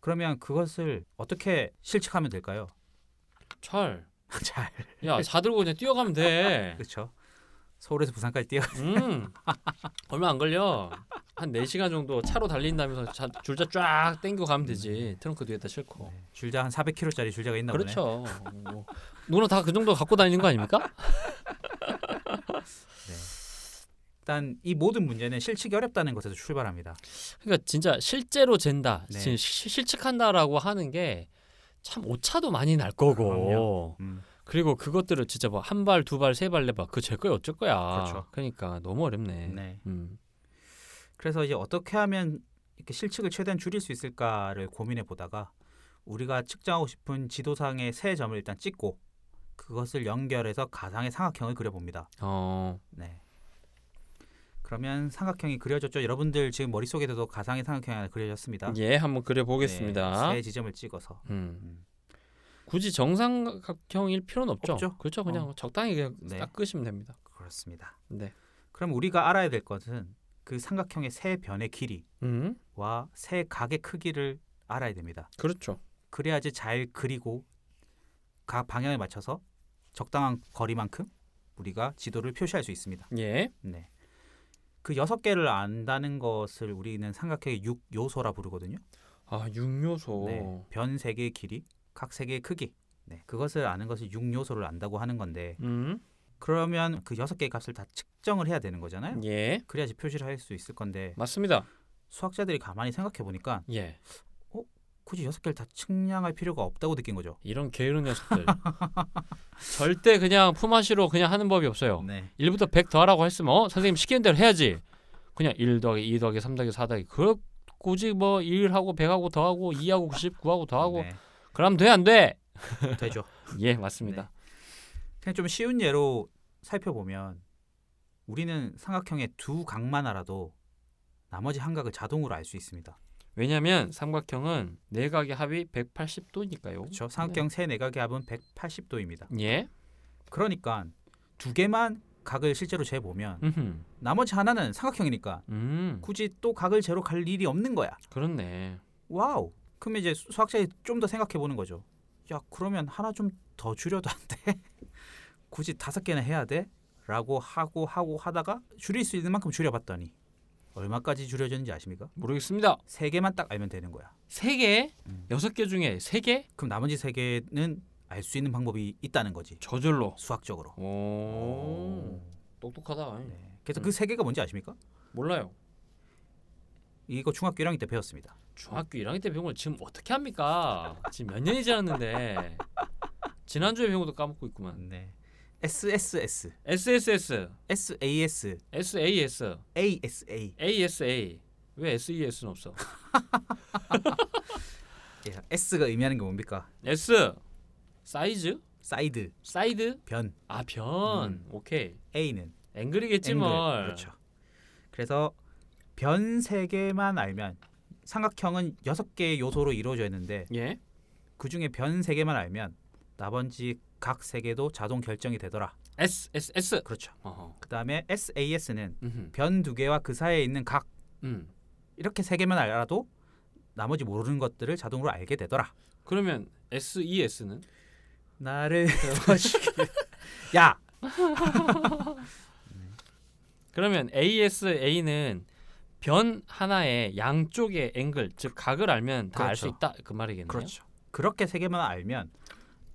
Speaker 3: 그러면 그것을 어떻게 실측하면 될까요?
Speaker 2: 철.
Speaker 3: 잘.
Speaker 2: 야, 자 들고 그냥 뛰어가면 돼.
Speaker 3: 그렇죠. 서울에서 부산까지 뛰어.
Speaker 2: 음. 얼마 안 걸려. 한 4시간 정도 차로 달린다면서 자, 줄자 쫙 땡기고 가면 되지. 트렁크 뒤에다 싣고.
Speaker 3: 음. 네. 줄자 한 400km짜리 줄자가 있나 보네.
Speaker 2: 그렇죠. 뭐, 누나 다 그 정도 갖고 다니는 거 아닙니까?
Speaker 3: 일단 이 모든 문제는 실측이 어렵다는 것에서 출발합니다.
Speaker 2: 그러니까 진짜 실제로 잰다.
Speaker 3: 네.
Speaker 2: 진- 시- 실측한다라고 하는 게 참 오차도 많이 날 거고.
Speaker 3: 그럼요. 음.
Speaker 2: 그리고 그것들을 진짜 뭐 한 발, 두 발, 세 발, 네 발, 그거 제 거야 어쩔 거야.
Speaker 3: 그렇죠.
Speaker 2: 러니까 너무 어렵네.
Speaker 3: 네.
Speaker 2: 음.
Speaker 3: 그래서 이제 어떻게 하면 이렇게 실측을 최대한 줄일 수 있을까를 고민해 보다가 우리가 측정하고 싶은 지도상의 세 점을 일단 찍고 그것을 연결해서 가상의 삼각형을 그려봅니다.
Speaker 2: 어,
Speaker 3: 네. 그러면 삼각형이 그려졌죠. 여러분들 지금 머릿속에도 가상의 삼각형이 하나 그려졌습니다.
Speaker 2: 예, 한번 그려보겠습니다.
Speaker 3: 네, 세 지점을 찍어서.
Speaker 2: 음.
Speaker 3: 음.
Speaker 2: 굳이 정삼각형일 필요는 없죠.
Speaker 3: 없죠.
Speaker 2: 그렇죠. 그냥 적당히 그냥
Speaker 3: 네.
Speaker 2: 딱 끄시면 됩니다.
Speaker 3: 그렇습니다.
Speaker 2: 네.
Speaker 3: 그럼 우리가 알아야 될 것은 그 삼각형의 세 변의
Speaker 2: 음,
Speaker 3: 길이와 세 각의 크기를 알아야 됩니다.
Speaker 2: 그렇죠.
Speaker 3: 그래야지 잘 그리고 각 방향에 맞춰서 적당한 거리만큼 우리가 지도를 표시할 수 있습니다.
Speaker 2: 예.
Speaker 3: 네. 그 여섯 개를 안다는 것을 우리는 삼각형의 육 요소라 네. 부르거든요.
Speaker 2: 아, 육요소.
Speaker 3: 네. 변 세 개의 길이, 각 세 개의 크기, 네, 그것을 아는 것을 6요소를 안다고 하는 건데
Speaker 2: 음.
Speaker 3: 그러면 그 여섯 개의 값을 다 측정을 해야 되는 거잖아요.
Speaker 2: 예.
Speaker 3: 그래야지 표시를 할 수 있을 건데
Speaker 2: 맞습니다.
Speaker 3: 수학자들이 가만히 생각해 보니까
Speaker 2: 예.
Speaker 3: 굳이 여섯 개를 다 측량할 필요가 없다고 느낀 거죠.
Speaker 2: 이런 게으른 녀석들. 절대 그냥 품앗이로 그냥 하는 법이 없어요.
Speaker 3: 네.
Speaker 2: 1부터 100 더하라고 했으면 어? 선생님 시키는 대로 해야지. 그냥 1 더하기 2 더하기 3 더하기 4 더하기 그 굳이 뭐 1하고 100하고 더하고 2하고 99하고
Speaker 3: 네.
Speaker 2: 더하고 그럼 돼 안 돼?
Speaker 3: 되죠.
Speaker 2: 예, 맞습니다.
Speaker 3: 그냥 좀 쉬운 예로 살펴보면 우리는 삼각형의 두 각만 알아도 나머지 한 각을 자동으로 알 수 있습니다.
Speaker 2: 왜냐면 삼각형은 네 내각의 합이 180도니까요.
Speaker 3: 그렇죠? 삼각형
Speaker 2: 네.
Speaker 3: 세 내각의 합은 180도입니다.
Speaker 2: 예.
Speaker 3: 그러니까 두 개만 각을 실제로 재 보면
Speaker 2: 음.
Speaker 3: 나머지 하나는 삼각형이니까
Speaker 2: 음.
Speaker 3: 굳이 또 각을 재로 갈 일이 없는 거야.
Speaker 2: 그렇네.
Speaker 3: 와우. 그러면 이제 수- 수학자들이 좀 더 생각해 보는 거죠. 야, 그러면 하나 좀 더 줄여도 안 돼? 굳이 다섯 개나 해야 돼? 라고 하고 하고 하다가 줄일 수 있는 만큼 줄여봤더니 얼마까지 줄여졌는지 아십니까?
Speaker 2: 모르겠습니다.
Speaker 3: 세 개만 딱 알면 되는 거야.
Speaker 2: 3개?
Speaker 3: 음.
Speaker 2: 6개 중에 3개?
Speaker 3: 그럼 나머지 세 개는 알 수 있는 방법이 있다는 거지.
Speaker 2: 저절로.
Speaker 3: 수학적으로.
Speaker 2: 오. 똑똑하다.
Speaker 3: 네. 그래서
Speaker 2: 음.
Speaker 3: 그 세 개가 뭔지 아십니까?
Speaker 2: 몰라요.
Speaker 3: 이거 중학교 1학년 때 배웠습니다.
Speaker 2: 중학교 1학년 때 배운 걸 지금 어떻게 합니까? 지금 몇 년이 지났는데 지난주에 배운 것도 까먹고 있구만.
Speaker 3: 네. SSS,
Speaker 2: SSS,
Speaker 3: SAS,
Speaker 2: SAS,
Speaker 3: ASA.
Speaker 2: ASA 왜 SES는 없어?
Speaker 3: 예, S가 의미하는 게 뭡니까?
Speaker 2: S 사이즈,
Speaker 3: 사이드,
Speaker 2: 사이드,
Speaker 3: 변.
Speaker 2: 아변
Speaker 3: 음.
Speaker 2: 오케이
Speaker 3: A는
Speaker 2: 앵글이겠지
Speaker 3: 앵글.
Speaker 2: 뭘.
Speaker 3: 그렇죠. 그래서 변 세 개만 알면 삼각형은 여섯 개의 요소로 이루어져 있는데
Speaker 2: 예,
Speaker 3: 그 중에 변 세 개만 알면 나머지 각 세 개도 자동 결정이 되더라.
Speaker 2: SSS.
Speaker 3: 그렇죠.
Speaker 2: 어허.
Speaker 3: 그다음에 SAS는
Speaker 2: 음,
Speaker 3: 변 두 개와 그 사이에 있는 각
Speaker 2: 음.
Speaker 3: 이렇게 세 개만 알아도 나머지 모르는 것들을 자동으로 알게 되더라.
Speaker 2: 그러면 E, SES는
Speaker 3: 나를 도와주길. 야,
Speaker 2: 그러면 ASA는 변 하나의 양쪽의 앵글 즉 각을 알면 다 알 수
Speaker 3: 그렇죠.
Speaker 2: 있다 그 말이겠네요.
Speaker 3: 그렇죠. 그렇게 세 개만 알면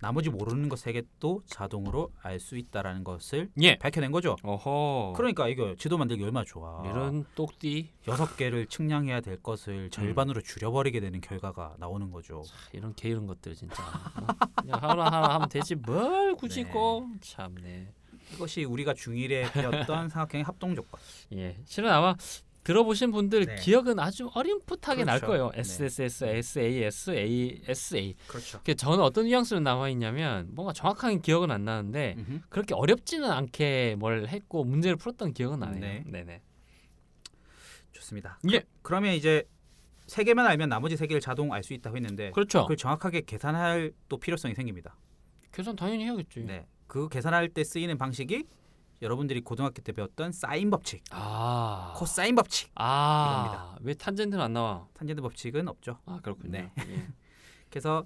Speaker 3: 나머지 모르는 것 세 개도 자동으로 알 수 있다라는 것을
Speaker 2: 예.
Speaker 3: 밝혀낸 거죠.
Speaker 2: 어허.
Speaker 3: 그러니까 이거 지도 만들기 얼마나 좋아.
Speaker 2: 이런 똑띠
Speaker 3: 여섯 개를 측량해야 될 것을 절반으로 줄여버리게 되는 결과가 나오는 거죠.
Speaker 2: 하, 이런 게으른 것들 진짜 어? 그냥 하나 하나 하면 되지 뭘 굳이
Speaker 3: 네.
Speaker 2: 꼭 참네.
Speaker 3: 이것이 우리가 중일에 배웠던 삼각형의 합동 조건.
Speaker 2: 예, 실은 아마 들어보신 분들
Speaker 3: 네.
Speaker 2: 기억은 아주 어렴풋하게 날
Speaker 3: 그렇죠.
Speaker 2: 거예요.
Speaker 3: 네.
Speaker 2: SSS, SAS, ASA.
Speaker 3: 그렇죠.
Speaker 2: 그게 저는 어떤 뉘앙스로 남아 있냐면 뭔가 정확한 기억은 안
Speaker 3: 네. 음.
Speaker 2: 나는데 그렇게 어렵지는 않게 뭘 했고 문제를 풀었던 기억은
Speaker 3: 네.
Speaker 2: 나네요. 네, 네.
Speaker 3: 좋습니다.
Speaker 2: 예.
Speaker 3: 그, 러면 이제 세 개만 알면 나머지 세 개를 자동 알 수 있다고 했는데
Speaker 2: 그렇죠.
Speaker 3: 네. 그걸 정확하게 계산할 또 필요성이 생깁니다.
Speaker 2: 계산 당연히 해야겠지.
Speaker 3: 네. 그 계산할 때 쓰이는 방식이 여러분들이 고등학교 때 배웠던 사인 법칙,
Speaker 2: 아.
Speaker 3: 코사인 법칙,
Speaker 2: 아. 왜 탄젠트는 안 나와?
Speaker 3: 탄젠트 법칙은 없죠.
Speaker 2: 아, 그렇군요.
Speaker 3: 네.
Speaker 2: 예.
Speaker 3: 그래서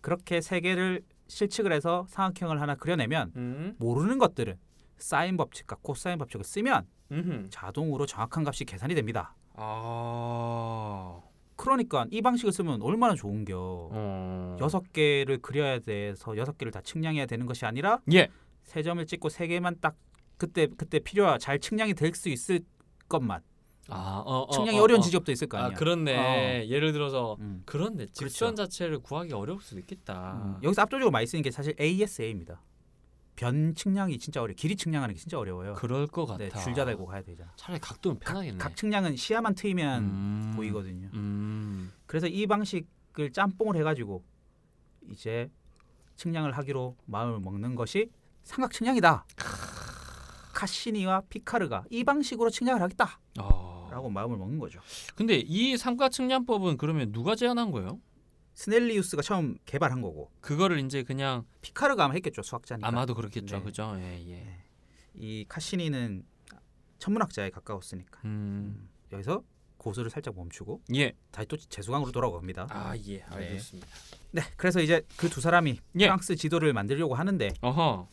Speaker 3: 그렇게 세 개를 실측을 해서 삼각형을 하나 그려내면
Speaker 2: 음.
Speaker 3: 모르는 것들은 사인 법칙과 코사인 법칙을 쓰면
Speaker 2: 음.
Speaker 3: 자동으로 정확한 값이 계산이 됩니다.
Speaker 2: 아.
Speaker 3: 그러니까 이 방식을 쓰면 얼마나 좋은겨.
Speaker 2: 어.
Speaker 3: 여섯 개를 그려야 돼서 여섯 개를 다 측량해야 되는 것이 아니라
Speaker 2: 예.
Speaker 3: 세 점을 찍고 세 개만 딱 그때 그때 필요한 잘 측량이 될 수 있을 것만
Speaker 2: 아, 어, 어,
Speaker 3: 측량이
Speaker 2: 어,
Speaker 3: 어, 려운
Speaker 2: 어.
Speaker 3: 지점도 있을 거
Speaker 2: 아,
Speaker 3: 아니야. 어.
Speaker 2: 그렇네. 예를 들어서
Speaker 3: 음.
Speaker 2: 그렇네. 직선 자체를 구하기 어려울 수도 있겠다.
Speaker 3: 음. 여기서 압도적으로 많이 쓰는 게 사실 ASA입니다. 변 측량이 진짜 어려. 워 길이 측량하는 게 진짜 어려워요.
Speaker 2: 그럴 것 같아.
Speaker 3: 네, 줄자 달고 가야 되잖아.
Speaker 2: 차라리 각도는 편하겠네.
Speaker 3: 각 측량은 시야만 트이면
Speaker 2: 음.
Speaker 3: 보이거든요.
Speaker 2: 음.
Speaker 3: 그래서 이 방식을 짬뽕을 해가지고 이제 측량을 하기로 마음을 먹는 것이 삼각 측량이다. 카시니와 피카르가 이 방식으로 측량을 하겠다라고
Speaker 2: 어.
Speaker 3: 마음을 먹는 거죠.
Speaker 2: 근데 이 삼각측량법은 그러면 누가 제안한 거예요?
Speaker 3: 스넬리우스가 처음 개발한 거고
Speaker 2: 그거를 이제 그냥
Speaker 3: 피카르가 아마 했겠죠 수학자니까.
Speaker 2: 아마도 그렇겠죠.
Speaker 3: 네.
Speaker 2: 그죠? 예, 예.
Speaker 3: 이 카시니는 천문학자에 가까웠으니까
Speaker 2: 음.
Speaker 3: 여기서 고수를 살짝 멈추고
Speaker 2: 예.
Speaker 3: 다시 또 재수강으로 돌아갑니다.
Speaker 2: 아, 예. 알겠습니다.
Speaker 3: 네, 그래서 이제 그 두 사람이
Speaker 2: 예.
Speaker 3: 프랑스 지도를 만들려고 하는데
Speaker 2: 어허.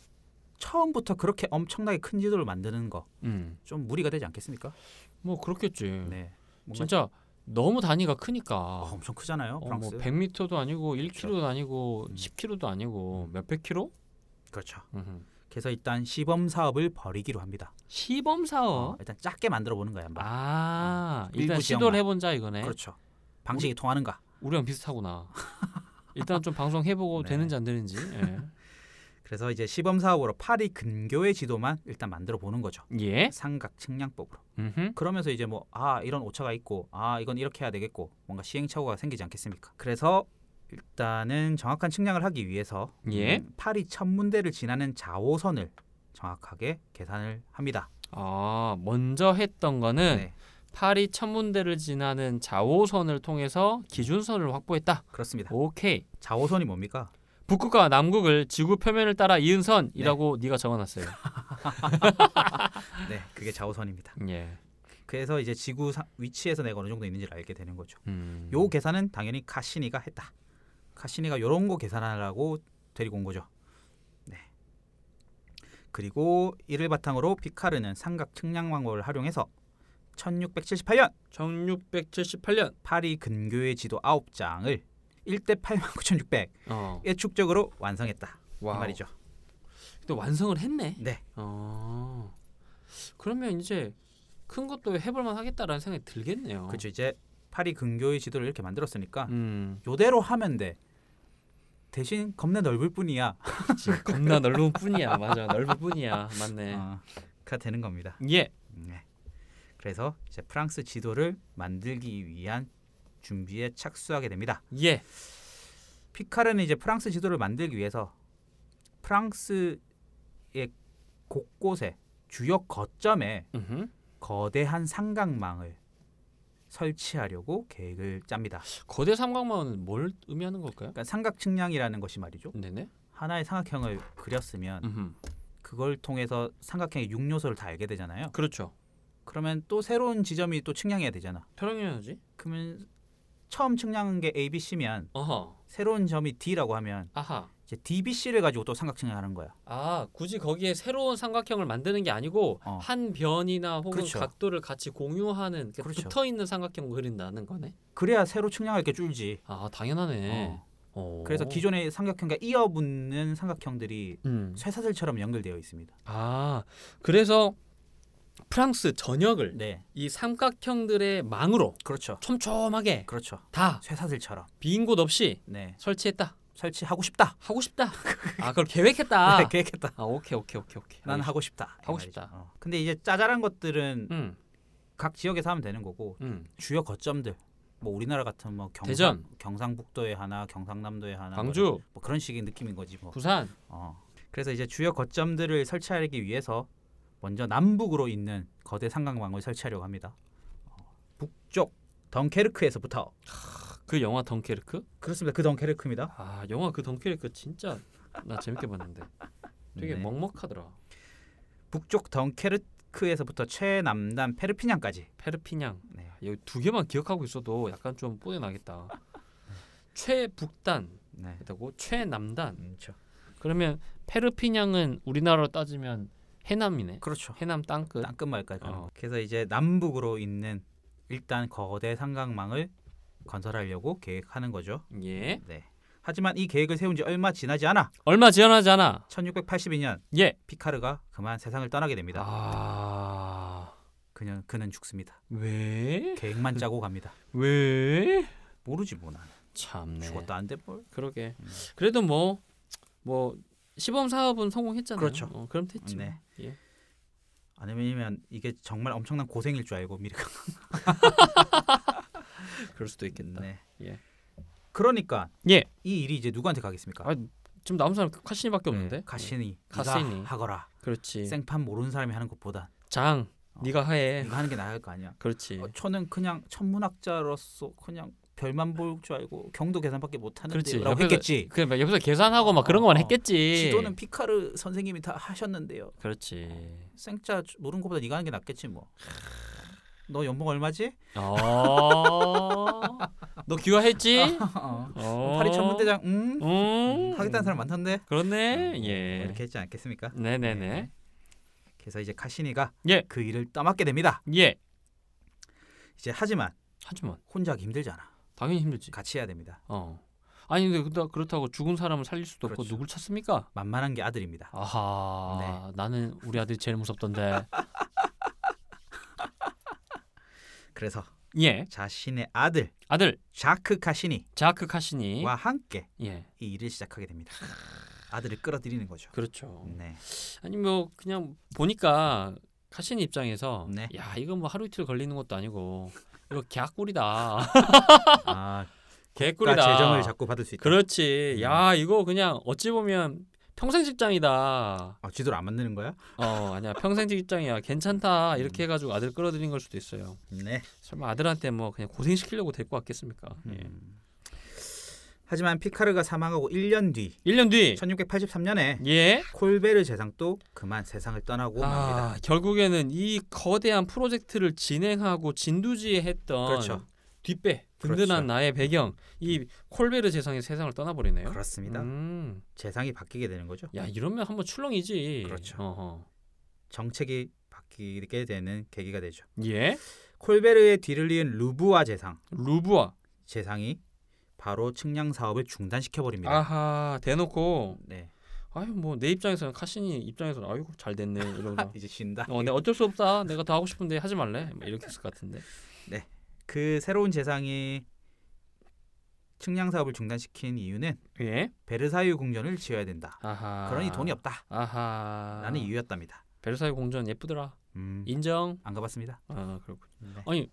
Speaker 3: 처음부터 그렇게 엄청나게 큰 지도를 만드는 거
Speaker 2: 음.
Speaker 3: 좀 무리가 되지 않겠습니까?
Speaker 2: 뭐 그렇겠지.
Speaker 3: 네. 뭔가
Speaker 2: 진짜 너무 단위가 크니까
Speaker 3: 아, 엄청 크잖아요.
Speaker 2: 어,
Speaker 3: 프랑스.
Speaker 2: 뭐 100m도 아니고 1km도 아니고
Speaker 3: 음.
Speaker 2: 10km도 아니고 몇백 킬로?
Speaker 3: 그렇죠.
Speaker 2: 음흠.
Speaker 3: 그래서 일단 시범 사업을 벌이기로 합니다.
Speaker 2: 시범 사업.
Speaker 3: 일단 작게 만들어 보는 거야, 한번.
Speaker 2: 아,
Speaker 3: 음.
Speaker 2: 일단
Speaker 3: 일부
Speaker 2: 시도를
Speaker 3: 지역만.
Speaker 2: 해본자 이거네.
Speaker 3: 그렇죠. 방식이 통하는가?
Speaker 2: 우리랑 비슷하구나. 일단 좀 방송 해보고
Speaker 3: 네.
Speaker 2: 되는지 안 되는지. 예.
Speaker 3: 그래서 이제 시범 사업으로 파리 근교의 지도만 일단 만들어 보는 거죠.
Speaker 2: 예.
Speaker 3: 삼각 측량법으로.
Speaker 2: 음흠.
Speaker 3: 그러면서 이제 뭐 아 이런 오차가 있고 아 이건 이렇게 해야 되겠고 뭔가 시행착오가 생기지 않겠습니까? 그래서 일단은 정확한 측량을 하기 위해서
Speaker 2: 예.
Speaker 3: 음, 파리 천문대를 지나는 좌호선을 정확하게 계산을 합니다.
Speaker 2: 아, 먼저 했던 거는
Speaker 3: 네,
Speaker 2: 파리 천문대를 지나는 좌우선을 통해서 기준선을 확보했다.
Speaker 3: 그렇습니다.
Speaker 2: 오케이.
Speaker 3: 좌호선이 뭡니까?
Speaker 2: 북극과 남극을 지구 표면을 따라 이은 선이라고 네. 가 적어놨어요.
Speaker 3: 네, 그게 좌호선입니다.
Speaker 2: 예.
Speaker 3: 그래서 이제 지구 사- 위치에서 내가 어느 정도 있는지를 알게 되는 거죠.
Speaker 2: 음.
Speaker 3: 요 계산은 당연히 카시니가 했다. 카시니가 요런 거 계산하라고 데리고 온 거죠. 네. 그리고 이를 바탕으로 피카르는 삼각 측량 방법을 활용해서 1678년
Speaker 2: 1678년.
Speaker 3: 파리 근교의 지도 9장을 1대 89,600의
Speaker 2: 어.
Speaker 3: 축적으로 완성했다. 이
Speaker 2: 와우.
Speaker 3: 그 말이죠.
Speaker 2: 또 완성을 했네.
Speaker 3: 네.
Speaker 2: 어. 그러면 이제 큰 것도 해볼 만 하겠다라는 생각이 들겠네요.
Speaker 3: 그렇죠. 이제 파리 근교의 지도를 이렇게 만들었으니까
Speaker 2: 음.
Speaker 3: 요대로 하면 돼. 대신 겁나 넓을 뿐이야.
Speaker 2: 그치. 겁나 넓은 뿐이야. 맞아. 넓은 뿐이야. 맞네.
Speaker 3: 어, 가 되는 겁니다.
Speaker 2: 예.
Speaker 3: 네. 그래서 이제 프랑스 지도를 만들기 위한 준비에 착수하게 됩니다.
Speaker 2: 예.
Speaker 3: 피카르는 이제 프랑스 지도를 만들기 위해서 프랑스의 곳곳에 주요 거점에
Speaker 2: 음흠.
Speaker 3: 거대한 삼각망을 설치하려고 계획을 짭니다.
Speaker 2: 거대 삼각망은 뭘 의미하는 걸까요?
Speaker 3: 그러니까 삼각 측량이라는 것이 말이죠.
Speaker 2: 네네.
Speaker 3: 하나의 삼각형을 그렸으면
Speaker 2: 음흠.
Speaker 3: 그걸 통해서 삼각형의 6요소를 다 알게 되잖아요.
Speaker 2: 그렇죠.
Speaker 3: 그러면 또 새로운 지점이 또 측량해야 되잖아.
Speaker 2: 태양에너지.
Speaker 3: 그러면 처음 측량한 게 ABC면
Speaker 2: 어허.
Speaker 3: 새로운 점이 D라고 하면
Speaker 2: 아하.
Speaker 3: 이제 DBC를 가지고 또 삼각형을 하는 거야.
Speaker 2: 아 굳이 거기에 새로운 삼각형을 만드는 게 아니고
Speaker 3: 어.
Speaker 2: 한 변이나 혹은
Speaker 3: 그렇죠.
Speaker 2: 각도를 같이 공유하는 그
Speaker 3: 그렇죠.
Speaker 2: 붙어 있는 삼각형을 그린다는 거네.
Speaker 3: 그래야 새로 측량할 게 줄지.
Speaker 2: 아 당연하네.
Speaker 3: 어.
Speaker 2: 어.
Speaker 3: 그래서 기존의 삼각형과 이어붙는 삼각형들이
Speaker 2: 음.
Speaker 3: 쇠사슬처럼 연결되어 있습니다.
Speaker 2: 아 그래서 프랑스 전역을
Speaker 3: 네,
Speaker 2: 이 삼각형들의 망으로
Speaker 3: 그렇죠,
Speaker 2: 촘촘하게
Speaker 3: 그렇죠.
Speaker 2: 다
Speaker 3: 쇠사슬처럼.
Speaker 2: 비인 곳 없이
Speaker 3: 네,
Speaker 2: 설치했다.
Speaker 3: 설치하고 싶다.
Speaker 2: 하고 싶다. 아 그걸 계획했다.
Speaker 3: 네, 계획했다.
Speaker 2: 아 오케이 오케이 오케이 오케이.
Speaker 3: 난 하고 싶다. 이
Speaker 2: 하고
Speaker 3: 말이죠.
Speaker 2: 싶다.
Speaker 3: 어. 근데 이제 짜잘한 것들은
Speaker 2: 음,
Speaker 3: 각 지역에서 하면 되는 거고
Speaker 2: 음.
Speaker 3: 주요 거점들. 뭐 우리나라 같은 뭐 경상,
Speaker 2: 대전.
Speaker 3: 경상북도에 하나, 경상남도에 하나,
Speaker 2: 광주,
Speaker 3: 뭐 그런 식의 느낌인 거지 뭐.
Speaker 2: 부산.
Speaker 3: 어. 그래서 이제 주요 거점들을 설치하기 위해서 먼저 남북으로 있는 거대 삼각망을 설치하려고 합니다. 어, 북쪽 덩케르크에서부터
Speaker 2: 그 영화 덩케르크?
Speaker 3: 그렇습니다. 그 덩케르크입니다.
Speaker 2: 아 영화 그 덩케르크 진짜 나 재밌게 봤는데 되게
Speaker 3: 네.
Speaker 2: 먹먹하더라.
Speaker 3: 북쪽 덩케르크에서부터 최남단 페르피냥까지.
Speaker 2: 페르피냥
Speaker 3: 네.
Speaker 2: 여기 두 개만 기억하고 있어도 약간 좀 뽀대 나겠다. 최북단
Speaker 3: 네.
Speaker 2: 그리고 최남단.
Speaker 3: 음, 그렇죠.
Speaker 2: 그러면 페르피냥은 우리나라로 따지면 해남이네.
Speaker 3: 그렇죠.
Speaker 2: 해남 땅끝.
Speaker 3: 땅끝 말까지 가는
Speaker 2: 어.
Speaker 3: 거. 그래서 이제 남북으로 있는 일단 거대 삼각망을 건설하려고 계획하는 거죠.
Speaker 2: 예.
Speaker 3: 네. 하지만 이 계획을 세운 지 얼마 지나지 않아
Speaker 2: 얼마 지원하지 않아.
Speaker 3: 1682년
Speaker 2: 예.
Speaker 3: 피카르가 그만 세상을 떠나게 됩니다.
Speaker 2: 아
Speaker 3: 그냥 그는 죽습니다.
Speaker 2: 왜?
Speaker 3: 계획만 짜고 갑니다.
Speaker 2: 왜?
Speaker 3: 모르지 뭐 난.
Speaker 2: 참네.
Speaker 3: 죽었다 음. 안 돼 뭘.
Speaker 2: 그러게. 그래도 뭐 뭐 시범 사업은 성공했잖아요.
Speaker 3: 그렇죠.
Speaker 2: 어, 그럼 됐지. 뭐.
Speaker 3: 네.
Speaker 2: 예.
Speaker 3: 아니면 이게 정말 엄청난 고생일 줄 알고 미리 간
Speaker 2: 그럴 수도 있겠다.
Speaker 3: 네.
Speaker 2: 예.
Speaker 3: 그러니까
Speaker 2: 예.
Speaker 3: 이 일이 이제 누구한테 가겠습니까?
Speaker 2: 아, 지금 남은 사람 카시니밖에 없는데.
Speaker 3: 네, 가시니.
Speaker 2: 가시니.
Speaker 3: 네가 하거라.
Speaker 2: 그렇지.
Speaker 3: 생판 모르는 사람이 하는 것보다
Speaker 2: 장.
Speaker 3: 어.
Speaker 2: 네가 해.
Speaker 3: 네가 하는 게 나을 거 아니야.
Speaker 2: 그렇지.
Speaker 3: 어, 저는 그냥 천문학자로서 그냥 별만 볼 줄 알고 경도 계산밖에 못
Speaker 2: 그렇지.
Speaker 3: 하는데라고
Speaker 2: 옆에서- 예.
Speaker 3: 했겠지.
Speaker 2: 그막 옆에서 계산하고 막 그런 것만
Speaker 3: 어,
Speaker 2: 했겠지.
Speaker 3: 지도는 피카르 선생님이 다 하셨는데요.
Speaker 2: 그렇지.
Speaker 3: 생짜 모르는 것보다 네가 하는 게 낫겠지 뭐. 너 연봉 얼마지?
Speaker 2: 어. 너 귀화했지?
Speaker 3: 어.
Speaker 2: 어.
Speaker 3: 파리 천문대장 음
Speaker 2: 음.
Speaker 3: 하겠다는 사람 많던데
Speaker 2: 그렇네.
Speaker 3: 음,
Speaker 2: 예.
Speaker 3: 뭐 이렇게 했지 않겠습니까?
Speaker 2: 네네네.
Speaker 3: 그래서 이제 카시니가
Speaker 2: 예.
Speaker 3: 그 일을 떠맡게 됩니다.
Speaker 2: 예.
Speaker 3: 이제 하지만
Speaker 2: 하지만
Speaker 3: 혼자 하기 힘들잖아.
Speaker 2: 당연히 힘들지.
Speaker 3: 같이 해야 됩니다.
Speaker 2: 어. 아니 근데 그다- 그렇다고 죽은 사람을 살릴 수도 없고
Speaker 3: 그렇죠.
Speaker 2: 누굴 찾습니까?
Speaker 3: 만만한 게 아들입니다.
Speaker 2: 아하
Speaker 3: 네.
Speaker 2: 나는 우리 아들이 제일 무섭던데
Speaker 3: 그래서
Speaker 2: 예
Speaker 3: 자신의 아들
Speaker 2: 아들
Speaker 3: 자크 카시니와
Speaker 2: 자크 카시니
Speaker 3: 함께
Speaker 2: 예
Speaker 3: 이 일을 시작하게 됩니다. 아들을 끌어들이는 거죠.
Speaker 2: 그렇죠
Speaker 3: 네.
Speaker 2: 아니 뭐 그냥 보니까 카시니 입장에서
Speaker 3: 네.
Speaker 2: 야 이거 뭐 하루 이틀 걸리는 것도 아니고 이거 개꿀이다
Speaker 3: 아, 그
Speaker 2: 개꿀이다
Speaker 3: 재정을 자꾸 받을 수 있다.
Speaker 2: 그렇지
Speaker 3: 음.
Speaker 2: 야 이거 그냥 어찌 보면 평생 직장이다
Speaker 3: 아, 지도를 안 만드는 거야?
Speaker 2: 어 아니야 평생 직장이야 괜찮다
Speaker 3: 음.
Speaker 2: 이렇게 해가지고 아들 끌어들인 걸 수도 있어요
Speaker 3: 네.
Speaker 2: 설마 아들한테 뭐 그냥 고생시키려고 데리고 왔겠습니까 예.
Speaker 3: 음. 하지만 피카르가 사망하고 1년 뒤
Speaker 2: 1년 뒤
Speaker 3: 1683년에
Speaker 2: 예.
Speaker 3: 콜베르 재상도 그만 세상을 떠나고 맙니다.
Speaker 2: 아, 결국에는 이 거대한 프로젝트를 진행하고 진두지휘했던
Speaker 3: 그렇죠.
Speaker 2: 뒷배 든든한
Speaker 3: 그렇죠. 음.
Speaker 2: 나의 배경 이 콜베르 재상이 세상을 떠나버리네요.
Speaker 3: 그렇습니다.
Speaker 2: 음.
Speaker 3: 재상이 바뀌게 되는 거죠.
Speaker 2: 야 이러면 한번 출렁이지.
Speaker 3: 그렇죠.
Speaker 2: 어허.
Speaker 3: 정책이 바뀌게 되는 계기가 되죠.
Speaker 2: 예.
Speaker 3: 콜베르의 뒤를 이은 루브와 재상,
Speaker 2: 루브아.
Speaker 3: 재상이 바로 측량 사업을 중단시켜 버립니다.
Speaker 2: 아하 대놓고
Speaker 3: 네,
Speaker 2: 아유 뭐 내 입장에서는 카시니 입장에서는 아유잘 됐네 이러고.
Speaker 3: 이제 쉰다.
Speaker 2: 어, 내가 어쩔 수 없다. 내가 더 하고 싶은데 하지 말래. 막 이렇게 했을 것 같은데.
Speaker 3: 그 새로운 재상이 측량 사업을 중단시킨 이유는
Speaker 2: 예.
Speaker 3: 베르사유 궁전을 지어야 된다.
Speaker 2: 아하.
Speaker 3: 그러니 돈이 없다.
Speaker 2: 아하.
Speaker 3: 라는 이유였답니다.
Speaker 2: 베르사유 공전 예쁘더라.
Speaker 3: 음,
Speaker 2: 인정.
Speaker 3: 안 가봤습니다.
Speaker 2: 아 그렇군.
Speaker 3: 네.
Speaker 2: 아니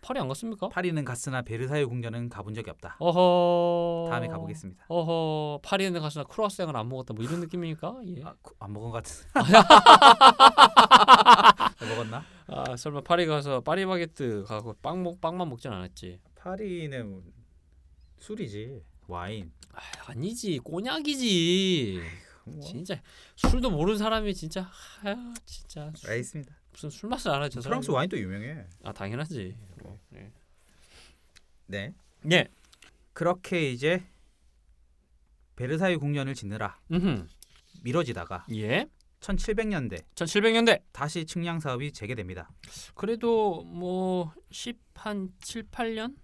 Speaker 2: 파리 안 갔습니까?
Speaker 3: 파리는 갔으나 베르사유 궁전은 가본 적이 없다.
Speaker 2: 어허.
Speaker 3: 다음에 가보겠습니다.
Speaker 2: 어허 파리에는 가서나 크로아상을 안 먹었다 뭐 이런 느낌입니까? 예.
Speaker 3: 아, 그- 안 먹은 것 같은. 안 먹었나?
Speaker 2: 아 설마 파리 가서 파리바게뜨 가고 빵 먹, 빵만 먹진 않았지.
Speaker 3: 파리는 술이지. 와인.
Speaker 2: 아, 아니지 꼬냑이지.
Speaker 3: 뭐.
Speaker 2: 진짜 술도 모르는 사람이 진짜 아 진짜 술-
Speaker 3: 알겠습니다. 음.
Speaker 2: 무슨 술 맛을 알아 저 사람.
Speaker 3: 프랑스 와인도 유명해.
Speaker 2: 아 당연하지. 뭐, 예.
Speaker 3: 네.
Speaker 2: 예.
Speaker 3: 그렇게 이제 베르사유 궁전을 짓느라
Speaker 2: 음.
Speaker 3: 미뤄지다가
Speaker 2: 예.
Speaker 3: 1700년대
Speaker 2: 1700년대
Speaker 3: 다시 측량 사업이 재개됩니다.
Speaker 2: 그래도 뭐 10 한 7, 8년?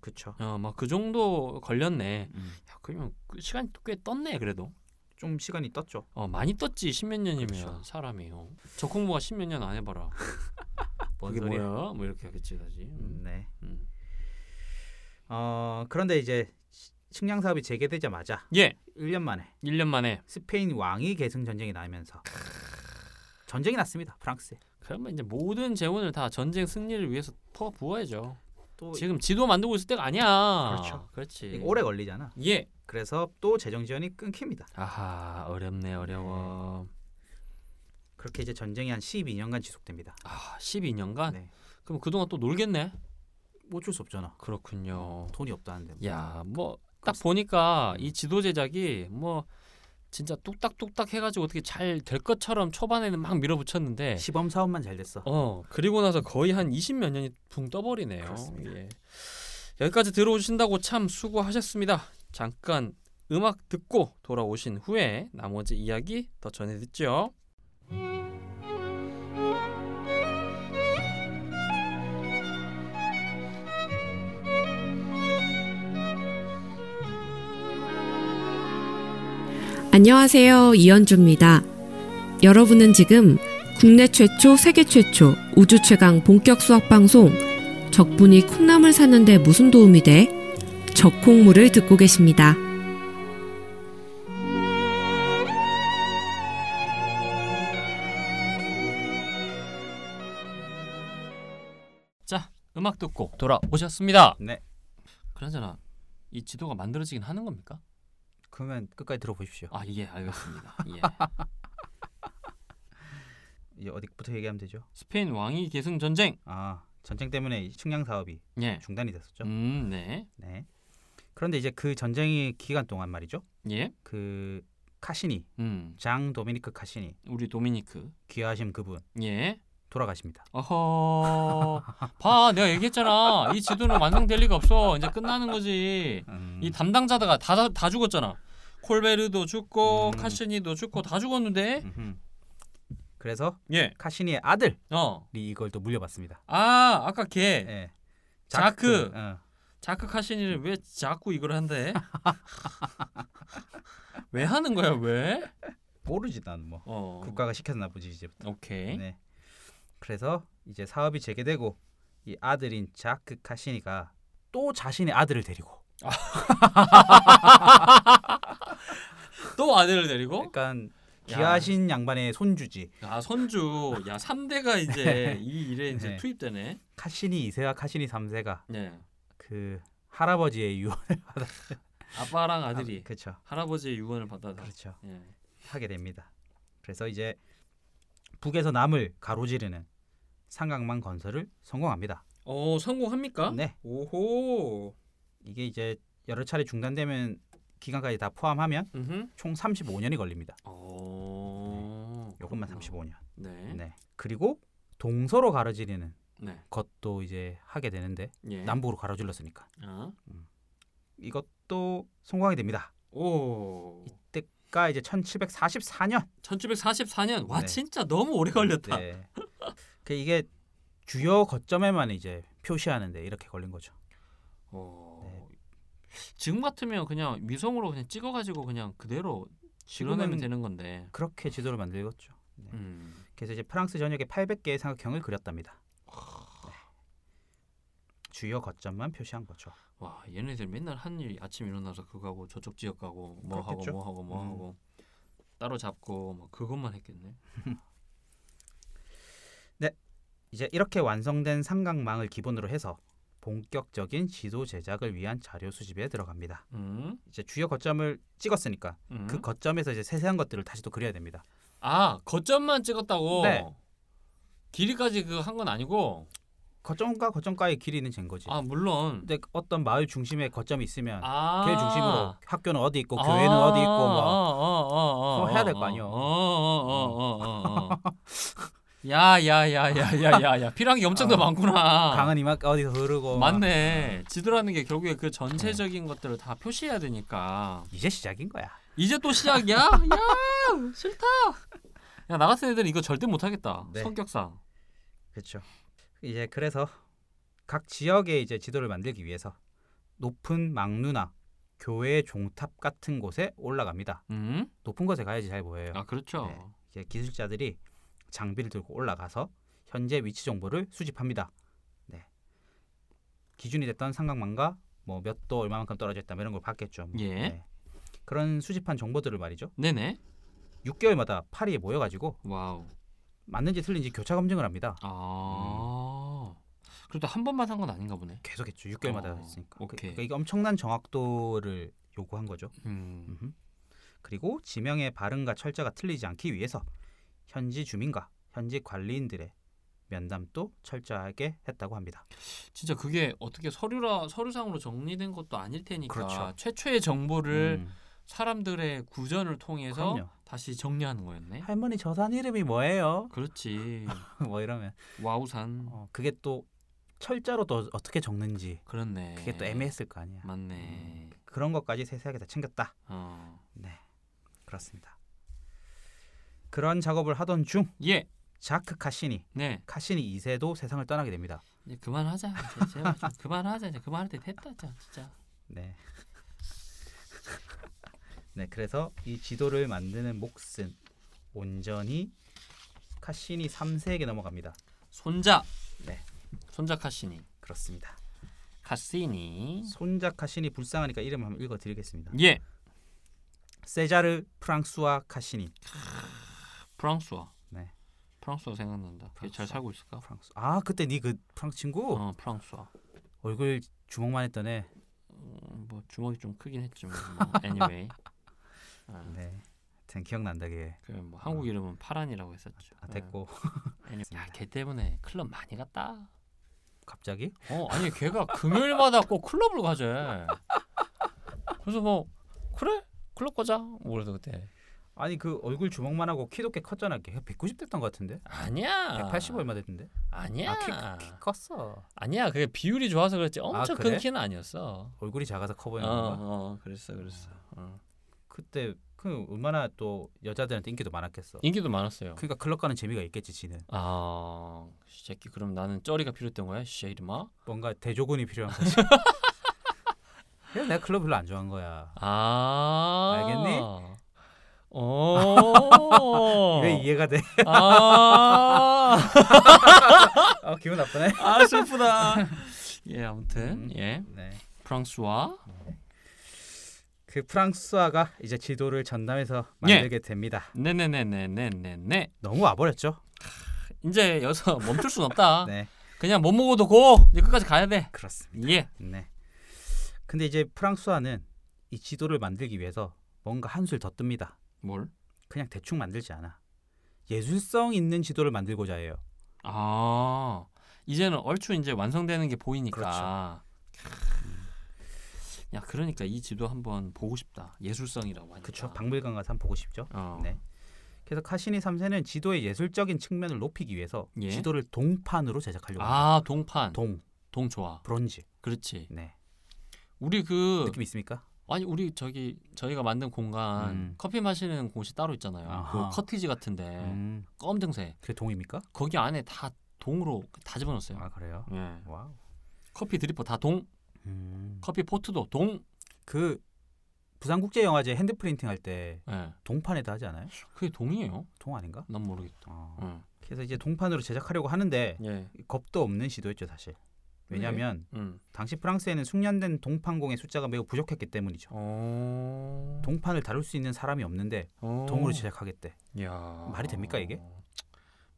Speaker 3: 그렇죠.
Speaker 2: 어, 막 그 정도 걸렸네. 야, 그러면 그 시간이 꽤 떴네 그래도.
Speaker 3: 좀 시간이 떴죠.
Speaker 2: 어, 많이 떴지 십몇 년이면
Speaker 3: 그렇죠. 사람이,
Speaker 2: 사람이요. 저 공부가 십몇 년 안 해봐라.
Speaker 3: 뭔
Speaker 2: 그게
Speaker 3: 소리야?
Speaker 2: 뭐야? 뭐 이렇게 하겠지 다시. 음.
Speaker 3: 네.
Speaker 2: 음.
Speaker 3: 어, 그런데 이제 시- 측량 사업이 재개되자마자
Speaker 2: 예,
Speaker 3: 1년 만에
Speaker 2: 1년 만에.
Speaker 3: 스페인 왕위 계승 전쟁이 나면서 전쟁이 났습니다. 프랑스에.
Speaker 2: 그러면 이제 모든 재원을 다 전쟁 승리를 위해서 퍼 부어야죠.
Speaker 3: 또
Speaker 2: 지금 지도 만들고 있을 때가 아니야.
Speaker 3: 그렇죠.
Speaker 2: 그렇지.
Speaker 3: 이거 오래 걸리잖아.
Speaker 2: 예.
Speaker 3: 그래서 또 재정 지원이 끊깁니다.
Speaker 2: 아하 어렵네 어려워.
Speaker 3: 그렇게 이제 전쟁이 한 12년간 지속됩니다.
Speaker 2: 아 12년간.
Speaker 3: 네.
Speaker 2: 그럼 그동안 또 놀겠네.
Speaker 3: 어쩔 수 없잖아.
Speaker 2: 그렇군요.
Speaker 3: 돈이 없다는데.
Speaker 2: 야, 뭐 딱 보니까 이 지도 제작이 뭐 진짜 뚝딱뚝딱 해가지고 어떻게 잘 될 것처럼 초반에는 막 밀어붙였는데
Speaker 3: 시범 사업만 잘 됐어.
Speaker 2: 네. 어 그리고 나서 거의 한 20몇 년이 붕 떠버리네요.
Speaker 3: 그렇습니다.
Speaker 2: 예. 여기까지 들어오신다고 참 수고하셨습니다. 잠깐 음악 듣고 돌아오신 후에 나머지 이야기 더 전해 듣죠.
Speaker 4: 안녕하세요. 이현주입니다. 여러분은 지금 국내 최초, 세계 최초, 우주 최강 본격 수학 방송 적분이 콩나물 사는데 무슨 도움이 돼? 적콩물을 듣고 계십니다.
Speaker 2: 음악 듣고 돌아오셨습니다.
Speaker 3: 네.
Speaker 2: 그러잖아. 이 지도가 만들어지긴 하는 겁니까?
Speaker 3: 그러면 끝까지 들어보십시오.
Speaker 2: 아, 예, 알겠습니다. 예.
Speaker 3: 이제 어디부터 얘기하면 되죠?
Speaker 2: 스페인 왕위 계승 전쟁.
Speaker 3: 아 전쟁 때문에 이 측량 사업이
Speaker 2: 예.
Speaker 3: 중단이 됐었죠.
Speaker 2: 음, 네.
Speaker 3: 네. 그런데 이제 그 전쟁의 기간 동안 말이죠.
Speaker 2: 예.
Speaker 3: 그 카시니
Speaker 2: 음.
Speaker 3: 장 도미니크 카시니
Speaker 2: 우리 도미니크.
Speaker 3: 귀하심 그분
Speaker 2: 예.
Speaker 3: 돌아가십니다.
Speaker 2: 어허. 봐, 내가 얘기했잖아. 이 지도는 완성될 리가 없어. 이제 끝나는 거지.
Speaker 3: 음,
Speaker 2: 이 담당자다가 다 다 죽었잖아. 콜베르도 죽고
Speaker 3: 음.
Speaker 2: 카시니도 죽고 다 죽었는데.
Speaker 3: 음흠. 그래서
Speaker 2: 예.
Speaker 3: 음. 카시니의 아들이
Speaker 2: 어.
Speaker 3: 이걸 또 물려받습니다.
Speaker 2: 아, 아까 걔.
Speaker 3: 예.
Speaker 2: 자크.
Speaker 3: 어.
Speaker 2: 자크 카시니는 왜 자꾸 이걸 한대? 왜 하는 거야 왜?
Speaker 3: 모르지 나는 뭐
Speaker 2: 어. 예?
Speaker 3: 국가가 시켰나 보지 이제부터.
Speaker 2: 오케이.
Speaker 3: 네. 그래서 이제 사업이 재개되고 이 아들인 자크 카시니가 또 자신의 아들을 데리고
Speaker 2: 또 아내를 데리고?
Speaker 3: 약간 귀하신 양반의 손주지
Speaker 2: 아 선주. 야 3대가 이제 이 일에 이제
Speaker 3: 네. 네.
Speaker 2: 투입되네.
Speaker 3: 카시니 2세와 카시니 3세가
Speaker 2: 네.
Speaker 3: 그 할아버지의 유언
Speaker 2: 아빠랑 아들이
Speaker 3: 아, 그렇죠.
Speaker 2: 할아버지의 유언을 받아서.
Speaker 3: 그렇죠.
Speaker 2: 예.
Speaker 3: 하게 됩니다. 그래서 이제 북에서 남을 가로지르는 상강망 건설을 성공합니다.
Speaker 2: 어 성공합니까?
Speaker 3: 네.
Speaker 2: 오호.
Speaker 3: 이게 이제 여러 차례 중단되면 기간까지 다 포함하면
Speaker 2: 음.
Speaker 3: 총 35년이 걸립니다.
Speaker 2: 어.
Speaker 3: 요것만
Speaker 2: 그렇구나.
Speaker 3: 35년.
Speaker 2: 네. 네.
Speaker 3: 네. 그리고 동서로 가로지르는
Speaker 2: 네.
Speaker 3: 것도 이제 하게 되는데
Speaker 2: 예.
Speaker 3: 남북으로 가로질렀으니까
Speaker 2: 아.
Speaker 3: 이것도 성공하게 됩니다.
Speaker 2: 오.
Speaker 3: 그러니까 이제 1744년.
Speaker 2: 1744년. 와
Speaker 3: 네.
Speaker 2: 진짜 너무 오래 걸렸다.
Speaker 3: 네. 그 이게 주요 거점에만 이제 표시하는데 이렇게 걸린 거죠.
Speaker 2: 어.
Speaker 3: 네.
Speaker 2: 지금 같으면 그냥 미성으로 그냥 찍어가지고 그냥 그대로 실어내면
Speaker 3: 지금은
Speaker 2: 되는 건데.
Speaker 3: 그렇게 지도를 만들었죠. 네.
Speaker 2: 음.
Speaker 3: 그래서 이제 프랑스 전역에 800개의 삼각형을 그렸답니다. 네. 주요 거점만 표시한 거죠.
Speaker 2: 와 얘네들 맨날 한 일 아침 일어나서 그거 하고 저쪽 지역 가고 뭐
Speaker 3: 그렇겠죠.
Speaker 2: 하고 뭐 하고 뭐
Speaker 3: 음.
Speaker 2: 하고 따로 잡고 뭐 그것만 했겠네.
Speaker 3: 이제 이렇게 완성된 삼각망을 기본으로 해서 본격적인 지도 제작을 위한 자료 수집에 들어갑니다.
Speaker 2: 음.
Speaker 3: 이제 주요 거점을 찍었으니까
Speaker 2: 음.
Speaker 3: 그 거점에서 이제 세세한 것들을 다시 또 그려야 됩니다.
Speaker 2: 아 거점만 찍었다고.
Speaker 3: 네.
Speaker 2: 길이까지 그 한 건 아니고.
Speaker 3: 거점과 거점과의 길이는 잰 거지.
Speaker 2: 아 물론.
Speaker 3: 근데 어떤 마을 중심에 거점이 있으면
Speaker 2: 아.
Speaker 3: 그 네. 중심으로 학교는 어디 있고
Speaker 2: 아.
Speaker 3: 교회는 어디 있고
Speaker 2: 아, 아,
Speaker 3: 뭐
Speaker 2: 아, 아,
Speaker 3: 그거
Speaker 2: 아,
Speaker 3: 해야 될거
Speaker 2: 아,
Speaker 3: 아니에요.
Speaker 2: 아, 아, 아, 아, 아. 야, 야, 야, 야, 야, 야, 야. 필요한 게 엄청 더
Speaker 3: 음. 어.
Speaker 2: 많구나.
Speaker 3: 강은 이만 어디서 흐르고 막.
Speaker 2: 아. 맞네. 지도라는 게 결국에 그 전체적인 것들을 다 표시해야 되니까.
Speaker 3: 이제 시작인 거야.
Speaker 2: 이제 또 시작이야? 야, 싫다. 야, 나 같은 애들은 이거 절대 못 하겠다.
Speaker 3: 네.
Speaker 2: 성격상.
Speaker 3: 그렇죠. 이제 그래서 각 지역의 이제 지도를 만들기 위해서 높은 망루나 교회 종탑 같은 곳에 올라갑니다.
Speaker 2: 음?
Speaker 3: 높은 곳에 가야지 잘 보여요.
Speaker 2: 아, 그렇죠.
Speaker 3: 네. 이제 기술자들이 장비를 들고 올라가서 현재 위치 정보를 수집합니다. 네. 기준이 됐던 삼각망과 뭐 몇 도 얼마만큼 떨어져 있다 이런 걸 봤겠죠. 뭐.
Speaker 2: 예.
Speaker 3: 네. 그런 수집한 정보들을 말이죠.
Speaker 2: 네네.
Speaker 3: 6개월마다 파리에 모여가지고
Speaker 2: 와우.
Speaker 3: 맞는지 틀린지 교차 검증을 합니다. 음.
Speaker 2: 아. 그래도 한 번만 한 건 아닌가 보네.
Speaker 3: 계속했죠. 6개월마다
Speaker 2: 어,
Speaker 3: 했으니까. 그-
Speaker 2: 오케이.
Speaker 3: 그러니까 이게 엄청난 정확도를 요구한 거죠.
Speaker 2: 음.
Speaker 3: 음흠. 그리고 지명의 발음과 철자가 틀리지 않기 위해서 현지 주민과 현지 관리인들의 면담도 철저하게 했다고 합니다.
Speaker 2: 진짜 그게 어떻게 서류라 서류상으로 정리된 것도 아닐 테니까
Speaker 3: 그렇죠.
Speaker 2: 최초의 정보를
Speaker 3: 음,
Speaker 2: 사람들의 구전을 통해서
Speaker 3: 그럼요.
Speaker 2: 다시 정리하는 거였네.
Speaker 3: 할머니 저산 이름이 뭐예요?
Speaker 2: 그렇지.
Speaker 3: 뭐 이러면
Speaker 2: 와우산.
Speaker 3: 어, 그게 또 철자로 또 어떻게 적는지
Speaker 2: 그렇네.
Speaker 3: 그게 또 음. 애매했을 거 아니야.
Speaker 2: 맞네.
Speaker 3: 그런 것까지 세세하게 다 챙겼다.
Speaker 2: 어.
Speaker 3: 그렇습니다. 그런 작업을 하던 중
Speaker 2: 예.
Speaker 3: 자크 카시니
Speaker 2: 네.
Speaker 3: 카시니 2세도 세상을 떠나게 됩니다.
Speaker 2: 이제 그만하자. 이제 제발 좀 그만하자. 이제 그만할 때 됐다. 자, 진짜.
Speaker 3: 네. 네, 그래서 이 지도를 만드는 몫은 온전히 카시니 3세에게 넘어갑니다.
Speaker 2: 손자.
Speaker 3: 네.
Speaker 2: 손자 카시니.
Speaker 3: 그렇습니다.
Speaker 2: 카시니.
Speaker 3: 손자 카시니 불쌍하니까 이름 한번 읽어드리겠습니다.
Speaker 2: 예.
Speaker 3: 세자르 프랑수아 카시니.
Speaker 2: 프랑스어.
Speaker 3: 네.
Speaker 2: 프랑스어 생각난다. 걔 잘
Speaker 3: 프랑스어.
Speaker 2: 살고 있을까?
Speaker 3: 프랑스. 아 그때 니 그 프랑스 친구
Speaker 2: 어, 프랑스어.
Speaker 3: 얼굴 주먹만 했던 애.
Speaker 2: 음, 뭐 주먹이 좀 크긴 했지만 뭐 anyway. 아,
Speaker 3: 네. 하여튼 기억난다 걔.
Speaker 2: 그뭐 한국 이름은 파란이라고 했었죠.
Speaker 3: 아 됐고
Speaker 2: 아, anyway. 야, 걔 때문에 클럽 많이 갔다.
Speaker 3: 갑자기
Speaker 2: 어, 아니 걔가 금요일마다 꼭 클럽을 가재. 그래서 뭐 그래 클럽 가자. 뭐래서 그때.
Speaker 3: 아니 그 얼굴 주먹만 하고 키도 꽤 컸잖아 걔. 190 됐던 것 같은데.
Speaker 2: 아니야.
Speaker 3: 180 얼마 됐는데.
Speaker 2: 아니야.
Speaker 3: 아키키 키 컸어.
Speaker 2: 아니야. 그게 비율이 좋아서 그랬지. 엄청
Speaker 3: 그래?
Speaker 2: 큰 키는 아니었어.
Speaker 3: 얼굴이 작아서 커
Speaker 2: 어,
Speaker 3: 보이는 건가?
Speaker 2: 어, 그랬어, 그랬어. 어.
Speaker 3: 그때 그 얼마나 또 여자들한테 인기도 많았겠어.
Speaker 2: 인기도 많았어요.
Speaker 3: 그러니까 클럽 가는 재미가 있겠지, 지는.
Speaker 2: 아, 이 새끼 그럼 나는 쩌리가 필요했던 거야, 씨 이름아.
Speaker 3: 뭔가 대조군이 필요한 거지. 그래서 내가 클럽 별로 안 좋아한 거야.
Speaker 2: 아,
Speaker 3: 알겠니?
Speaker 2: 어.
Speaker 3: 왜 이해가 돼?
Speaker 2: 아,
Speaker 3: 아, 기분 나쁘네.
Speaker 2: 아 슬프다. 예, 아무튼
Speaker 3: 음.
Speaker 2: 예,
Speaker 3: 네.
Speaker 2: 프랑스와
Speaker 3: 그 프랑스아가 이제 지도를 전담해서
Speaker 2: 네.
Speaker 3: 만들게 됩니다.
Speaker 2: 네네네네네네네.
Speaker 3: 너무 와버렸죠?
Speaker 2: 이제 여기서 멈출 순 없다.
Speaker 3: 네,
Speaker 2: 그냥 못 먹어도 고 이제 끝까지 가야 돼.
Speaker 3: 그렇습니다.
Speaker 2: 예.
Speaker 3: 네. 근데 이제 프랑스아는 이 지도를 만들기 위해서 뭔가 한술 더 뜹니다.
Speaker 2: 뭘?
Speaker 3: 그냥 대충 만들지 않아. 예술성 있는 지도를 만들고자 해요.
Speaker 2: 아, 이제는 얼추 이제 완성되는 게 보이니까.
Speaker 3: 그렇죠.
Speaker 2: 야, 그러니까 이 지도 한번 보고 싶다. 예술성이라고 하니까.
Speaker 3: 그쵸? 어, 박물관 가서 한번 보고 싶죠?
Speaker 2: 어.
Speaker 3: 네. 그래서 카시니 3세는 지도의 예술적인 측면을 높이기 위해서
Speaker 2: 예.
Speaker 3: 지도를 동판으로 제작하려고 합니다.
Speaker 2: 아, 동판. 동.
Speaker 3: 동,
Speaker 2: 좋아.
Speaker 3: 브론즈.
Speaker 2: 그렇지.
Speaker 3: 네.
Speaker 2: 우리 그
Speaker 3: 느낌 있습니까?
Speaker 2: 아니 우리 저기 저희가 만든 공간
Speaker 3: 음.
Speaker 2: 커피 마시는 곳이 따로 있잖아요.
Speaker 3: 아하.
Speaker 2: 그 커티지 같은데
Speaker 3: 음.
Speaker 2: 검정색
Speaker 3: 그게 동입니까?
Speaker 2: 거기 안에 다 동으로 다 집어넣었어요.
Speaker 3: 아, 그래요?
Speaker 2: 예.
Speaker 3: 와우.
Speaker 2: 커피 드리퍼 다 동,
Speaker 3: 음.
Speaker 2: 커피 포트도 동.
Speaker 3: 그 부산국제영화제 핸드프린팅 할 때
Speaker 2: 예.
Speaker 3: 동판에다 하지 않아요?
Speaker 2: 그게 동이에요?
Speaker 3: 동 아닌가?
Speaker 2: 난 모르겠다.
Speaker 3: 어.
Speaker 2: 응.
Speaker 3: 그래서 이제 동판으로 제작하려고 하는데
Speaker 2: 예.
Speaker 3: 겁도 없는 시도였죠 사실. 왜냐하면
Speaker 2: 음.
Speaker 3: 당시 프랑스에는 숙련된 동판공의 숫자가 매우 부족했기 때문이죠.
Speaker 2: 어.
Speaker 3: 동판을 다룰 수 있는 사람이 없는데
Speaker 2: 어.
Speaker 3: 동으로 제작하겠대.
Speaker 2: 야.
Speaker 3: 말이 됩니까, 이게?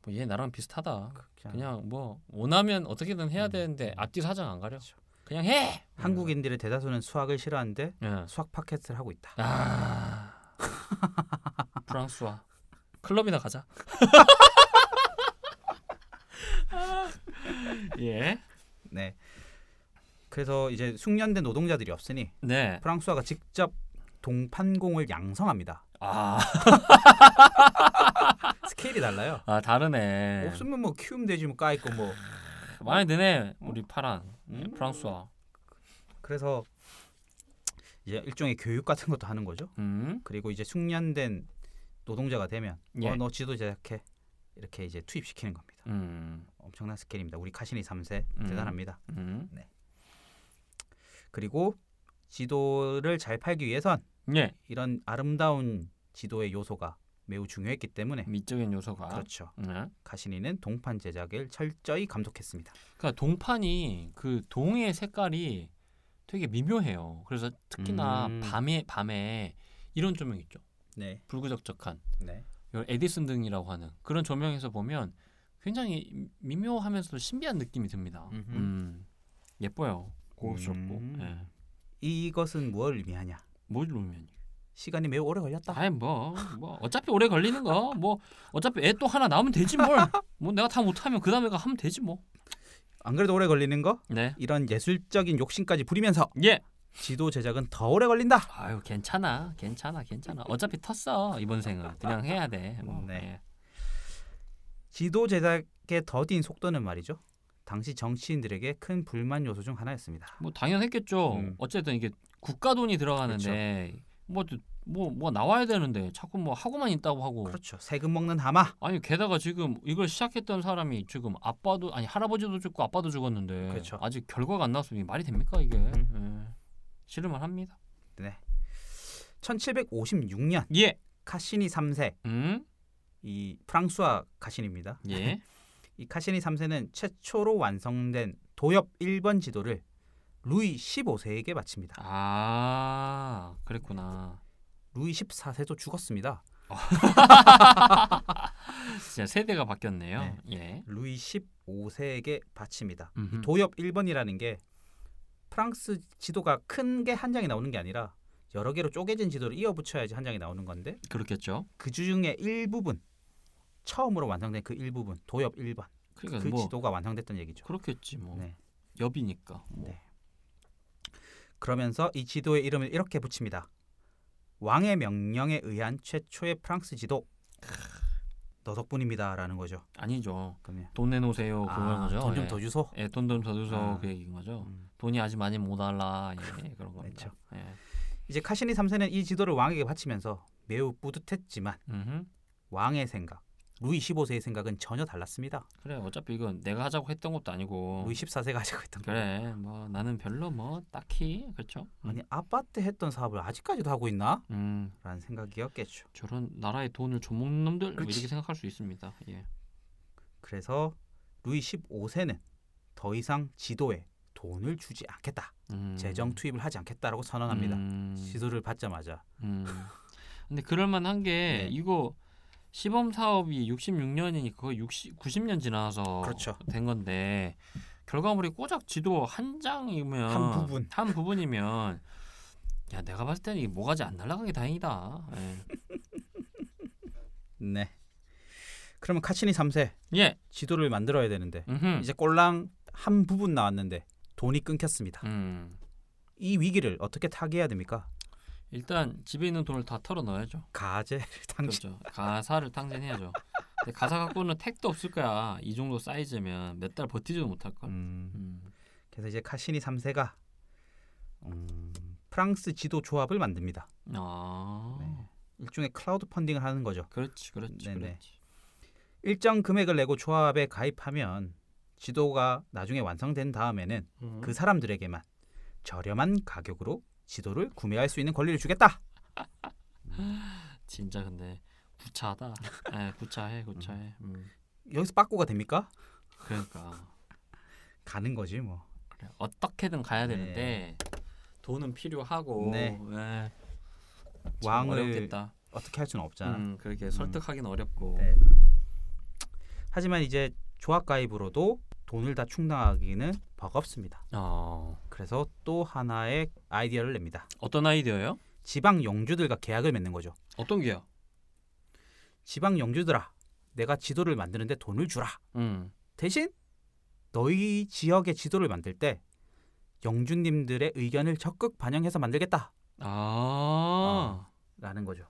Speaker 2: 뭐얘 나랑 비슷하다.
Speaker 3: 그냥,
Speaker 2: 그냥 뭐 원하면 어떻게든 해야
Speaker 3: 음.
Speaker 2: 되는데 앞뒤 사정 안 가려.
Speaker 3: 그렇죠.
Speaker 2: 그냥 해.
Speaker 3: 한국인들의 대다수는 수학을 싫어하는데
Speaker 2: 예.
Speaker 3: 수학 팟캐스트를 하고 있다.
Speaker 2: 아 프랑스와 클럽이나 가자. 예.
Speaker 3: 네. 그래서 이제 숙련된 노동자들이 없으니
Speaker 2: 네.
Speaker 3: 프랑스화가 직접 동판공을 양성합니다.
Speaker 2: 아,
Speaker 3: 스케일이 달라요.
Speaker 2: 아 다르네.
Speaker 3: 없으면 뭐 키우면 되지 뭐 까있고 뭐.
Speaker 2: 많이 드네. 우리 파란 예,
Speaker 3: 어. 음.
Speaker 2: 프랑스와.
Speaker 3: 그래서 이제 일종의 교육 같은 것도 하는 거죠.
Speaker 2: 음.
Speaker 3: 그리고 이제 숙련된 노동자가 되면
Speaker 2: 예.
Speaker 3: 어, 너 지도 제작해 이렇게 이제 투입시키는 겁니다.
Speaker 2: 음.
Speaker 3: 엄청난 스케일입니다. 우리 카시니 3세
Speaker 2: 음.
Speaker 3: 대단합니다.
Speaker 2: 음.
Speaker 3: 그리고 지도를 잘 팔기 위해선
Speaker 2: 예.
Speaker 3: 이런 아름다운 지도의 요소가 매우 중요했기 때문에
Speaker 2: 미적인 요소가.
Speaker 3: 그렇죠.
Speaker 2: 네.
Speaker 3: 카시니는 동판 제작을 철저히 감독했습니다.
Speaker 2: 그러니까 동판이 그 동의 색깔이 되게 미묘해요. 그래서 특히나
Speaker 3: 음.
Speaker 2: 밤에 밤에 이런 조명 있죠.
Speaker 3: 네,
Speaker 2: 불구적적한.
Speaker 3: 네,
Speaker 2: 이걸 에디슨 등이라고 하는 그런 조명에서 보면 굉장히 미묘하면서도 신비한 느낌이 듭니다.
Speaker 3: 음흠.
Speaker 2: 음, 예뻐요. 고급스럽고.
Speaker 3: 음.
Speaker 2: 예.
Speaker 3: 이것은 무엇을 의미하냐?
Speaker 2: 뭘 놓으면
Speaker 3: 시간이 매우 오래 걸렸다.
Speaker 2: 아이 뭐뭐 어차피 오래 걸리는 거 뭐 어차피 애 또 하나 나오면 되지 뭘. 뭐 내가 다 못하면 그 다음에가 하면 되지 뭐.
Speaker 3: 안 그래도 오래 걸리는 거?
Speaker 2: 네.
Speaker 3: 이런 예술적인 욕심까지 부리면서
Speaker 2: 예.
Speaker 3: 지도 제작은 더 오래 걸린다.
Speaker 2: 아유 괜찮아 괜찮아 괜찮아 어차피 텄어 이번 생은 그냥 해야 돼. 뭐,
Speaker 3: 네. 지도 제작의 더딘 속도는 말이죠. 당시 정치인들에게 큰 불만 요소 중 하나였습니다.
Speaker 2: 뭐 당연했겠죠.
Speaker 3: 음.
Speaker 2: 어쨌든 이게 국가 돈이 들어가는데 뭐 뭐, 뭐 나와야 되는데 자꾸 뭐 하고만 있다고 하고
Speaker 3: 그렇죠. 세금 먹는 하마.
Speaker 2: 아니 게다가 지금 이걸 시작했던 사람이 지금 아빠도 아니 할아버지도 죽고 아빠도 죽었는데
Speaker 3: 그렇죠. 음.
Speaker 2: 아직 결과가 안 나왔으면 이게 말이 됩니까 이게 예. 싫을만 합니다.
Speaker 3: 1756년
Speaker 2: 예.
Speaker 3: 카시니 3세
Speaker 2: 음.
Speaker 3: 이 프랑스와 카시니입니다.
Speaker 2: 예.
Speaker 3: 이 카시니 3세는 최초로 완성된 도엽 1번 지도를 루이 15세에게 바칩니다.
Speaker 2: 아 그랬구나.
Speaker 3: 루이 14세도 죽었습니다.
Speaker 2: 진짜 세대가 바뀌었네요. 예.
Speaker 3: 루이 15세에게 바칩니다.
Speaker 2: 음흠.
Speaker 3: 도엽 1번이라는 게 프랑스 지도가 큰 게 한 장이 나오는 게 아니라 여러 개로 쪼개진 지도를 이어붙여야지 한 장이 나오는 건데
Speaker 2: 그렇겠죠.
Speaker 3: 그 중에 일부분 처음으로 완성된 그 일부분 도엽 1번
Speaker 2: 그러니까
Speaker 3: 그
Speaker 2: 뭐
Speaker 3: 지도가 완성됐던 얘기죠.
Speaker 2: 그렇겠지 뭐
Speaker 3: 네.
Speaker 2: 여비니까. 뭐.
Speaker 3: 네. 그러면서 이 지도의 이름을 이렇게 붙입니다. 왕의 명령에 의한 최초의 프랑스 지도. 너 덕분입니다라는 거죠.
Speaker 2: 아니죠.
Speaker 3: 그러면
Speaker 2: 돈 내놓으세요. 어, 그런
Speaker 3: 아,
Speaker 2: 거죠.
Speaker 3: 돈좀 더 주소.
Speaker 2: 예, 돈 좀 더 주소
Speaker 3: 아.
Speaker 2: 그 얘기인 거죠.
Speaker 3: 음.
Speaker 2: 돈이 아직 많이 못 달라 예, 그런 겁니다.
Speaker 3: 그렇죠.
Speaker 2: 예.
Speaker 3: 이제 카시니 3세는 이 지도를 왕에게 바치면서 매우 뿌듯했지만
Speaker 2: 음흠.
Speaker 3: 왕의 생각, 루이 15세의 생각은 전혀 달랐습니다.
Speaker 2: 그래 어차피 이건 내가 하자고 했던 것도 아니고
Speaker 3: 뭐 루이 14세가 하자고 했던 거.
Speaker 2: 그래 뭐 나는 별로 뭐 딱히 그렇죠 음.
Speaker 3: 아니 아파트 했던 사업을 아직까지도 하고 있나?
Speaker 2: 음
Speaker 3: 라는 생각이었겠죠.
Speaker 2: 저런 나라의 돈을 줘먹는 놈들 뭐
Speaker 3: 그렇지.
Speaker 2: 이렇게 생각할 수 있습니다 예
Speaker 3: 그래서 루이 15세는 더 이상 지도에 돈을 주지 않겠다.
Speaker 2: 음.
Speaker 3: 재정 투입을 하지 않겠다라고 선언합니다.
Speaker 2: 음.
Speaker 3: 지도를 받자마자
Speaker 2: 음. 근데 그럴만한 게
Speaker 3: 네.
Speaker 2: 이거 시범 사업이 66년이니 거의 60, 90년 지나서
Speaker 3: 그렇죠.
Speaker 2: 된 건데 결과물이 꼬작 지도 한 장이면
Speaker 3: 한 부분.
Speaker 2: 한 부분이면 야 내가 봤을 때는 이 모가지 안 날아간 게 다행이다. 예.
Speaker 3: 네. 그러면 카치니 3세
Speaker 2: 예.
Speaker 3: 지도를 만들어야 되는데
Speaker 2: 음흠.
Speaker 3: 이제 꼴랑 한 부분 나왔는데 돈이 끊겼습니다.
Speaker 2: 음.
Speaker 3: 이 위기를 어떻게 타개해야 됩니까?
Speaker 2: 일단 집에 있는 돈을 다 털어 넣어야죠.
Speaker 3: 음. 가제를
Speaker 2: 그렇죠.
Speaker 3: 당신
Speaker 2: 가사를 탕진해야죠. 근데 가사 갖고는 택도 없을 거야. 이 정도 사이즈면 몇 달 버티지도 못할 걸.
Speaker 3: 음,
Speaker 2: 음.
Speaker 3: 그래서 이제 카시니 3세가 음, 프랑스 지도 조합을 만듭니다.
Speaker 2: 아.
Speaker 3: 네. 일종의 클라우드 펀딩을 하는 거죠.
Speaker 2: 그렇지, 그렇지,
Speaker 3: 네네.
Speaker 2: 그렇지.
Speaker 3: 일정 금액을 내고 조합에 가입하면 지도가 나중에 완성된 다음에는
Speaker 2: 음.
Speaker 3: 그 사람들에게만 저렴한 가격으로 지도를 구매할 수 있는 권리를 주겠다.
Speaker 2: 진짜 근데 구차하다. 예, 구차해, 구차해. 음.
Speaker 3: 여기서 빠꾸가 됩니까?
Speaker 2: 그러니까
Speaker 3: 가는 거지 뭐.
Speaker 2: 그래. 어떻게든 가야
Speaker 3: 네.
Speaker 2: 되는데 돈은 필요하고
Speaker 3: 네.
Speaker 2: 예. 참
Speaker 3: 왕을
Speaker 2: 어렵겠다.
Speaker 3: 어떻게 할 수는 없잖아.
Speaker 2: 음, 그렇게 설득하기는 어렵고.
Speaker 3: 네. 하지만 이제 조합 가입으로도 돈을 다 충당하기는 버겁습니다.
Speaker 2: 어,
Speaker 3: 그래서 또 하나의 아이디어를 냅니다.
Speaker 2: 어떤 아이디어예요?
Speaker 3: 지방 영주들과 계약을 맺는 거죠.
Speaker 2: 어떤 게요?
Speaker 3: 지방 영주들아, 내가 지도를 만드는데 돈을 주라.
Speaker 2: 음.
Speaker 3: 대신 너희 지역의 지도를 만들 때 영주님들의 의견을 적극 반영해서 만들겠다라는
Speaker 2: 아.
Speaker 3: 거죠.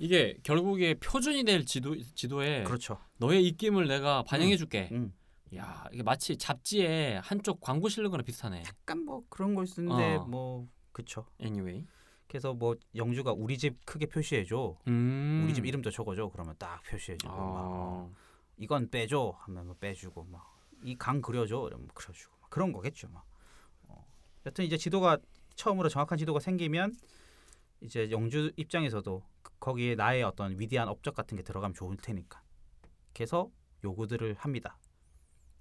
Speaker 2: 이게 결국에 표준이 될 지도 지도에
Speaker 3: 그렇죠.
Speaker 2: 너의 입김을 내가 반영해 줄게.
Speaker 3: 음.
Speaker 2: 야, 이게 마치 잡지에 한쪽 광고 실는 거랑 비슷하네.
Speaker 3: 약간 뭐 그런 걸 쓰는데
Speaker 2: 어.
Speaker 3: 뭐 그쵸.
Speaker 2: Anyway.
Speaker 3: 그래서 뭐 영주가 우리 집 크게 표시해줘.
Speaker 2: 음.
Speaker 3: 우리 집 이름도 적어줘. 그러면 딱 표시해주고 막 어,
Speaker 2: 아.
Speaker 3: 이건 빼줘 하면 뭐 빼주고 막 이 강 그려줘 이러면 뭐 그려주고 막 그런 거겠죠. 막 어. 여튼 이제 지도가 처음으로 정확한 지도가 생기면 이제 영주 입장에서도 그- 거기에 나의 어떤 위대한 업적 같은 게 들어가면 좋을 테니까. 그래서 요구들을 합니다.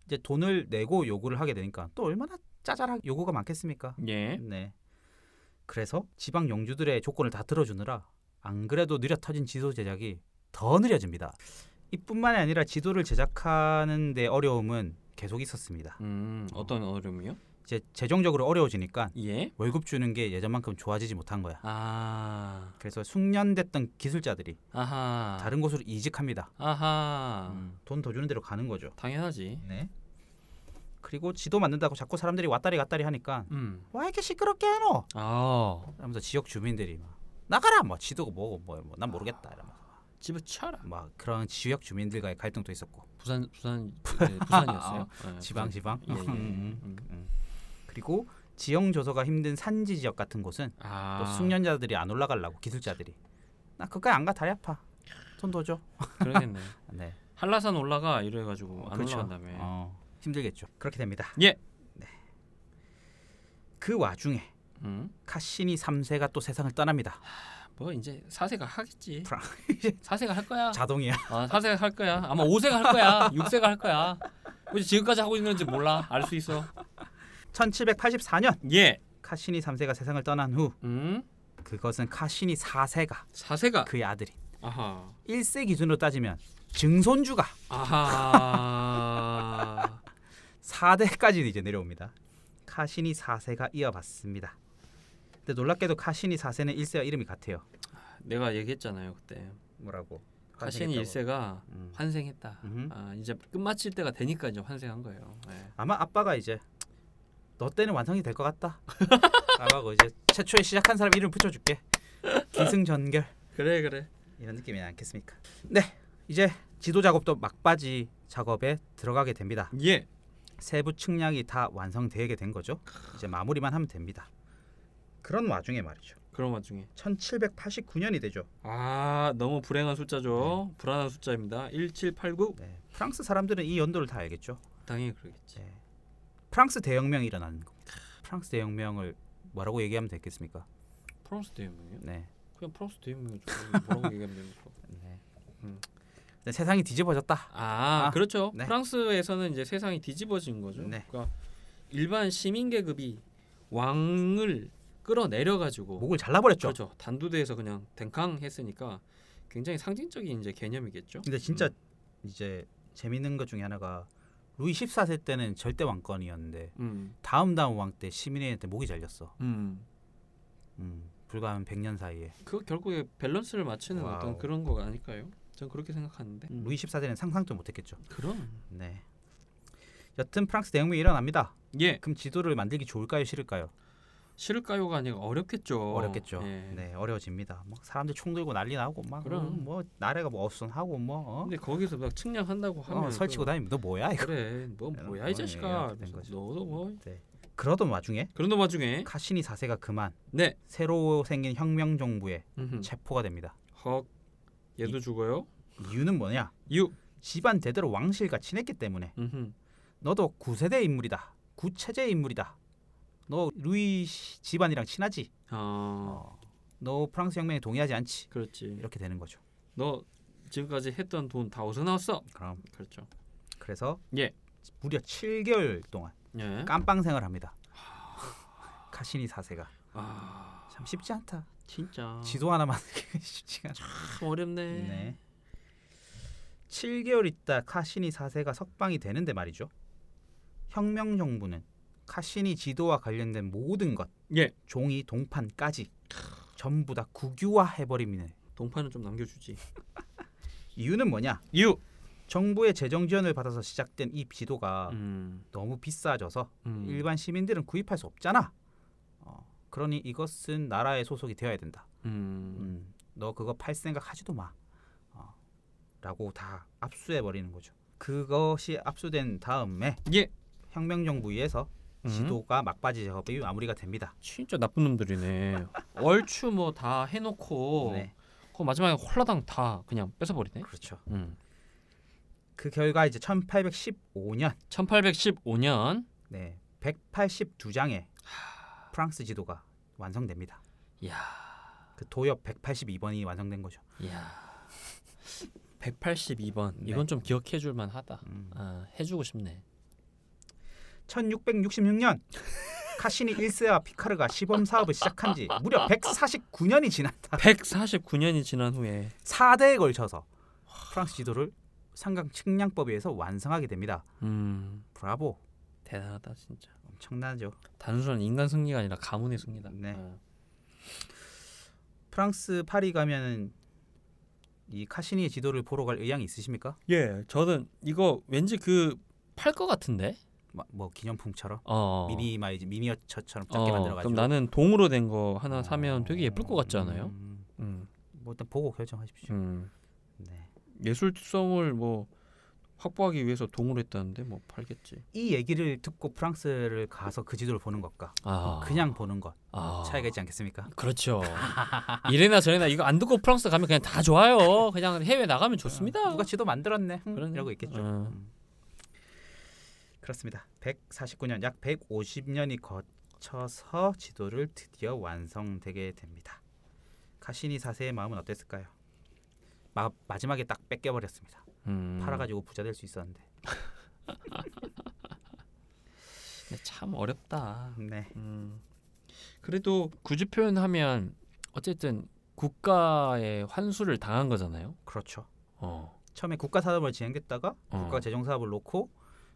Speaker 3: 이제 돈을 내고 요구를 하게 되니까 또 얼마나 짜잘하게 요구가 많겠습니까?
Speaker 2: 예.
Speaker 3: 네. 그래서 지방 영주들의 조건을 다 들어주느라 안 그래도 느려 터진 지도 제작이 더 느려집니다. 이뿐만이 아니라 지도를 제작하는 데 어려움은 계속 있었습니다.
Speaker 2: 음, 어떤 어려움이요?
Speaker 3: 이제 재정적으로 어려워지니까
Speaker 2: 예.
Speaker 3: 월급 주는 게 예전만큼 좋아지지 못한 거야.
Speaker 2: 아.
Speaker 3: 그래서 숙련됐던 기술자들이
Speaker 2: 아하.
Speaker 3: 다른 음. 곳으로 이직합니다.
Speaker 2: 아하.
Speaker 3: 돈 더 주는 대로 가는 거죠.
Speaker 2: 당연하지.
Speaker 3: 네. 그리고 지도 만든다고 자꾸 사람들이 왔다리 갔다리 하니까
Speaker 2: 음.
Speaker 3: 와 이렇게 시끄럽게 해노
Speaker 2: 아.
Speaker 3: 하면서 지역 주민들이 막 나가라 뭐 지도가 뭐고 뭐난 모르겠다 이러면서
Speaker 2: 집에 쳐라.
Speaker 3: 막 그런 지역 주민들과의 갈등도 있었고
Speaker 2: 부산 부산 네, 부산이었어요. 예,
Speaker 3: 아, 지방
Speaker 2: 부산.
Speaker 3: 지방
Speaker 2: 예, 예.
Speaker 3: 음, 음.
Speaker 2: 음.
Speaker 3: 그리고 지형 조서가 힘든 산지 지역 같은 곳은
Speaker 2: 아.
Speaker 3: 또 숙련자들이 안 올라가려고 기술자들이 나 그까지 안가 다리 아파 손 더 줘.
Speaker 2: 그러겠네.
Speaker 3: 네.
Speaker 2: 한라산 올라가 이래 가지고 안
Speaker 3: 그렇죠.
Speaker 2: 올라간다며.
Speaker 3: 어, 힘들겠죠. 그렇게 됩니다.
Speaker 2: 예.
Speaker 3: 네. 그 와중에
Speaker 2: 음.
Speaker 3: 카시니 3세가 또 세상을 떠납니다.
Speaker 2: 뭐 이제 사세가 하겠지.
Speaker 3: 프랑-
Speaker 2: 사세가 할 거야.
Speaker 3: 자동이야.
Speaker 2: 아, 사세가 할 거야. 아마 5세가 할 거야. 6세가 할 거야. 혹시 지금까지 하고 있는지 몰라. 알 수 있어.
Speaker 3: 1784년
Speaker 2: 예.
Speaker 3: 카시니 3세가 세상을 떠난 후
Speaker 2: 음.
Speaker 3: 그것은 카시니 4세가
Speaker 2: 사세가
Speaker 3: 그의 아들인
Speaker 2: 아하.
Speaker 3: 1세 기준으로 따지면 증손주가
Speaker 2: 아하.
Speaker 3: 4대까지 이제 내려옵니다. 카시니 4세가 이어받습니다. 근데 놀랍게도 카시니 4세는 1세와 이름이 같아요.
Speaker 2: 내가 얘기했잖아요 그때.
Speaker 3: 뭐라고?
Speaker 2: 카신이
Speaker 3: 환생했다고.
Speaker 2: 1세가
Speaker 3: 음.
Speaker 2: 환생했다.
Speaker 3: 음흠.
Speaker 2: 아, 이제 끝마칠 때가 되니까 이제 환생한 거예요. 네.
Speaker 3: 아마 아빠가 이제 너 때는 완성이 될 것 같다. 라고 이제 최초에 시작한 사람 이름 붙여줄게. 기승전결
Speaker 2: 그래 그래.
Speaker 3: 이런 느낌이 않겠습니까? 네, 이제 지도 작업도 막바지 작업에 들어가게 됩니다.
Speaker 2: 예.
Speaker 3: 세부 측량이 다 완성되게 된 거죠. 이제 마무리만 하면 됩니다. 그런 와중에 말이죠.
Speaker 2: 그런 와중에
Speaker 3: 1789년이 되죠.
Speaker 2: 아 너무 불행한 숫자죠. 불안한 숫자입니다. 1789
Speaker 3: 네. 프랑스 사람들은 이 연도를 다 알겠죠.
Speaker 2: 당연히 그러겠지.
Speaker 3: 네. 프랑스 대혁명이 일어나는 겁니다. 프랑스 대혁명을 뭐라고 얘기하면 되겠습니까?
Speaker 2: 프랑스 대혁명이요?
Speaker 3: 네.
Speaker 2: 그냥 프랑스 대혁명이죠. 뭐라고 얘기하면 됩니까?
Speaker 3: 네.
Speaker 2: 음.
Speaker 3: 일단 세상이 뒤집어졌다.
Speaker 2: 아,
Speaker 3: 아,
Speaker 2: 그렇죠.
Speaker 3: 네.
Speaker 2: 프랑스에서는 이제 세상이 뒤집어진 거죠.
Speaker 3: 네.
Speaker 2: 그러니까 일반 시민 계급이 왕을 끌어내려 가지고
Speaker 3: 목을 잘라버렸죠.
Speaker 2: 그렇죠. 단두대에서 그냥 댕캉 했으니까 굉장히 상징적인 이제 개념이겠죠.
Speaker 3: 근데 진짜
Speaker 2: 음.
Speaker 3: 이제 재밌는 것 중에 하나가 루이 14세 때는 절대 왕권이었는데
Speaker 2: 음.
Speaker 3: 다음 다음 왕 때 시민회한테 목이 잘렸어.
Speaker 2: 음.
Speaker 3: 음, 불과 한 100년 사이에
Speaker 2: 그 결국에 밸런스를 맞추는
Speaker 3: 와우. 음,
Speaker 2: 어떤 그런 거 아닐까요? 전 그렇게 생각하는데.
Speaker 3: 루이 14세는 상상도 못했겠죠.
Speaker 2: 그럼.
Speaker 3: 네. 여튼 프랑스 대혁명이 일어납니다.
Speaker 2: 예.
Speaker 3: 그럼 지도를 만들기 좋을까요, 싫을까요?
Speaker 2: 싫을까요가 아니라 어렵겠죠.
Speaker 3: 어렵겠죠.
Speaker 2: 예.
Speaker 3: 네, 어려워집니다. 막 사람들 총 들고 난리 나고 막
Speaker 2: 그럼.
Speaker 3: 뭐 나래가 뭐 어순하고 뭐 어?
Speaker 2: 근데 거기서 막 측량한다고 하면
Speaker 3: 어, 설치고
Speaker 2: 그-
Speaker 3: 다니면 네, 너 뭐야 이거.
Speaker 2: 그래. 뭐
Speaker 3: 이런
Speaker 2: 뭐야 이
Speaker 3: 거는
Speaker 2: 자식아.
Speaker 3: 이렇게 된 거죠.
Speaker 2: 너도 뭐
Speaker 3: 네. 그러던 와중에
Speaker 2: 그런 놈 와중에
Speaker 3: 카시니 4세가 그만
Speaker 2: 네.
Speaker 3: 새로 생긴 혁명 정부에
Speaker 2: 음흠.
Speaker 3: 체포가 됩니다.
Speaker 2: 헉. 얘도 죽어요.
Speaker 3: 이유는 뭐냐?
Speaker 2: 유.
Speaker 3: 집안 대대로 왕실과 친했기 때문에
Speaker 2: 음흠.
Speaker 3: 너도 구세대 인물이다. 구체제 인물이다. 너 루이 씨 집안이랑 친하지?
Speaker 2: 아.
Speaker 3: 어. 너 프랑스 혁명에 동의하지 않지?
Speaker 2: 그렇지.
Speaker 3: 이렇게 되는 거죠.
Speaker 2: 너 지금까지 했던 돈 다 어디서 나왔어?
Speaker 3: 그럼
Speaker 2: 그렇죠.
Speaker 3: 그래서
Speaker 2: 예.
Speaker 3: 무려 7개월 동안
Speaker 2: 예.
Speaker 3: 깜빵 생활합니다. 카시니 4세가
Speaker 2: 아.
Speaker 3: 참 쉽지 않다.
Speaker 2: 진짜.
Speaker 3: 지도 하나 만들기 쉽지가 않아.
Speaker 2: 참 어. 어렵네.
Speaker 3: 네. 7개월 있다 카시니 4세가 석방이 되는데 말이죠. 혁명 정부는 카시니 지도와 관련된 모든 것,
Speaker 2: 예.
Speaker 3: 종이 동판까지 전부 다 국유화해 버립니다.
Speaker 2: 동판은 좀 남겨주지.
Speaker 3: 이유는 뭐냐?
Speaker 2: 유.
Speaker 3: 정부의 재정 지원을 받아서 시작된 이 지도가
Speaker 2: 음.
Speaker 3: 너무 비싸져서
Speaker 2: 음.
Speaker 3: 일반 시민들은 구입할 수 없잖아. 어, 그러니 이것은 나라에 소속이 되어야 된다.
Speaker 2: 음.
Speaker 3: 음, 너 그거 팔 생각 하지도 마. 어, 라고 다 압수해 버리는 거죠. 그것이 압수된 다음에
Speaker 2: 예.
Speaker 3: 혁명 정부에서
Speaker 2: 음.
Speaker 3: 지도가 막바지 작업이 마무리가 됩니다.
Speaker 2: 진짜 나쁜 놈들이네. 얼추 뭐 다 해놓고
Speaker 3: 네,
Speaker 2: 그 마지막에 홀라당 다 그냥 뺏어버리네.
Speaker 3: 그렇죠.
Speaker 2: 음.
Speaker 3: 그 결과 이제 1815년
Speaker 2: 1815년.
Speaker 3: 네, 182장의 프랑스 지도가 완성됩니다.
Speaker 2: 이야.
Speaker 3: 그 도엽 182번이 완성된 거죠.
Speaker 2: 이야. 182번.
Speaker 3: 네.
Speaker 2: 이건 좀 기억해줄 만하다.
Speaker 3: 음.
Speaker 2: 아, 해주고 싶네.
Speaker 3: 1666년 카시니 1세와 피카르가 시범 사업을 시작한 지 무려 149년이 지났다.
Speaker 2: 149년이 지난 후에
Speaker 3: 4대에 걸쳐서 프랑스 지도를 상강 측량법에 의해서 완성하게 됩니다.
Speaker 2: 음,
Speaker 3: 브라보.
Speaker 2: 대단하다 진짜.
Speaker 3: 엄청나죠.
Speaker 2: 단순한 인간 승리가 아니라 가문의 승리다.
Speaker 3: 네.
Speaker 2: 아,
Speaker 3: 프랑스 파리 가면은 이 카시니의 지도를 보러 갈 의향이 있으십니까?
Speaker 2: 예, 저는 이거 왠지 그 팔 것 같은데.
Speaker 3: 뭐, 뭐 기념품처럼
Speaker 2: 어.
Speaker 3: 미니마이즈 미니어처처럼
Speaker 2: 어,
Speaker 3: 작게 만들어
Speaker 2: 그럼
Speaker 3: 가지고.
Speaker 2: 나는 동으로 된 거 하나 사면 되게 예쁠 것 같지 않아요?
Speaker 3: 음,
Speaker 2: 아. 음,
Speaker 3: 뭐 일단 보고 결정하십시오.
Speaker 2: 음.
Speaker 3: 네.
Speaker 2: 예술성을 뭐 확보하기 위해서 동으로 했다는데 뭐 팔겠지.
Speaker 3: 이 얘기를 듣고 프랑스를 가서 그 지도를 보는 것과
Speaker 2: 아,
Speaker 3: 그냥 보는 것
Speaker 2: 아.
Speaker 3: 차이가 있지 않겠습니까?
Speaker 2: 그렇죠. 이래나 저래나 이거 안 듣고 프랑스 가면 그냥 다 좋아요. 그냥 해외 나가면 좋습니다.
Speaker 3: 누가 지도 만들었네. 흠,
Speaker 2: 그러네.
Speaker 3: 이러고 있겠죠.
Speaker 2: 어.
Speaker 3: 음. 그렇습니다. 149년 약 150년이 거쳐서 지도를 드디어 완성되게 됩니다. 카시니 4세의 마음은 어땠을까요? 마, 마지막에 딱 뺏겨 버렸습니다.
Speaker 2: 음.
Speaker 3: 팔아 가지고 부자 될 수 있었는데.
Speaker 2: 근데 참 어렵다.
Speaker 3: 네.
Speaker 2: 음. 그래도 굳이 표현하면 어쨌든 국가의 환수를 당한 거잖아요.
Speaker 3: 그렇죠.
Speaker 2: 어.
Speaker 3: 처음에 국가 사업을 진행했다가
Speaker 2: 어.
Speaker 3: 국가 재정 사업을 놓고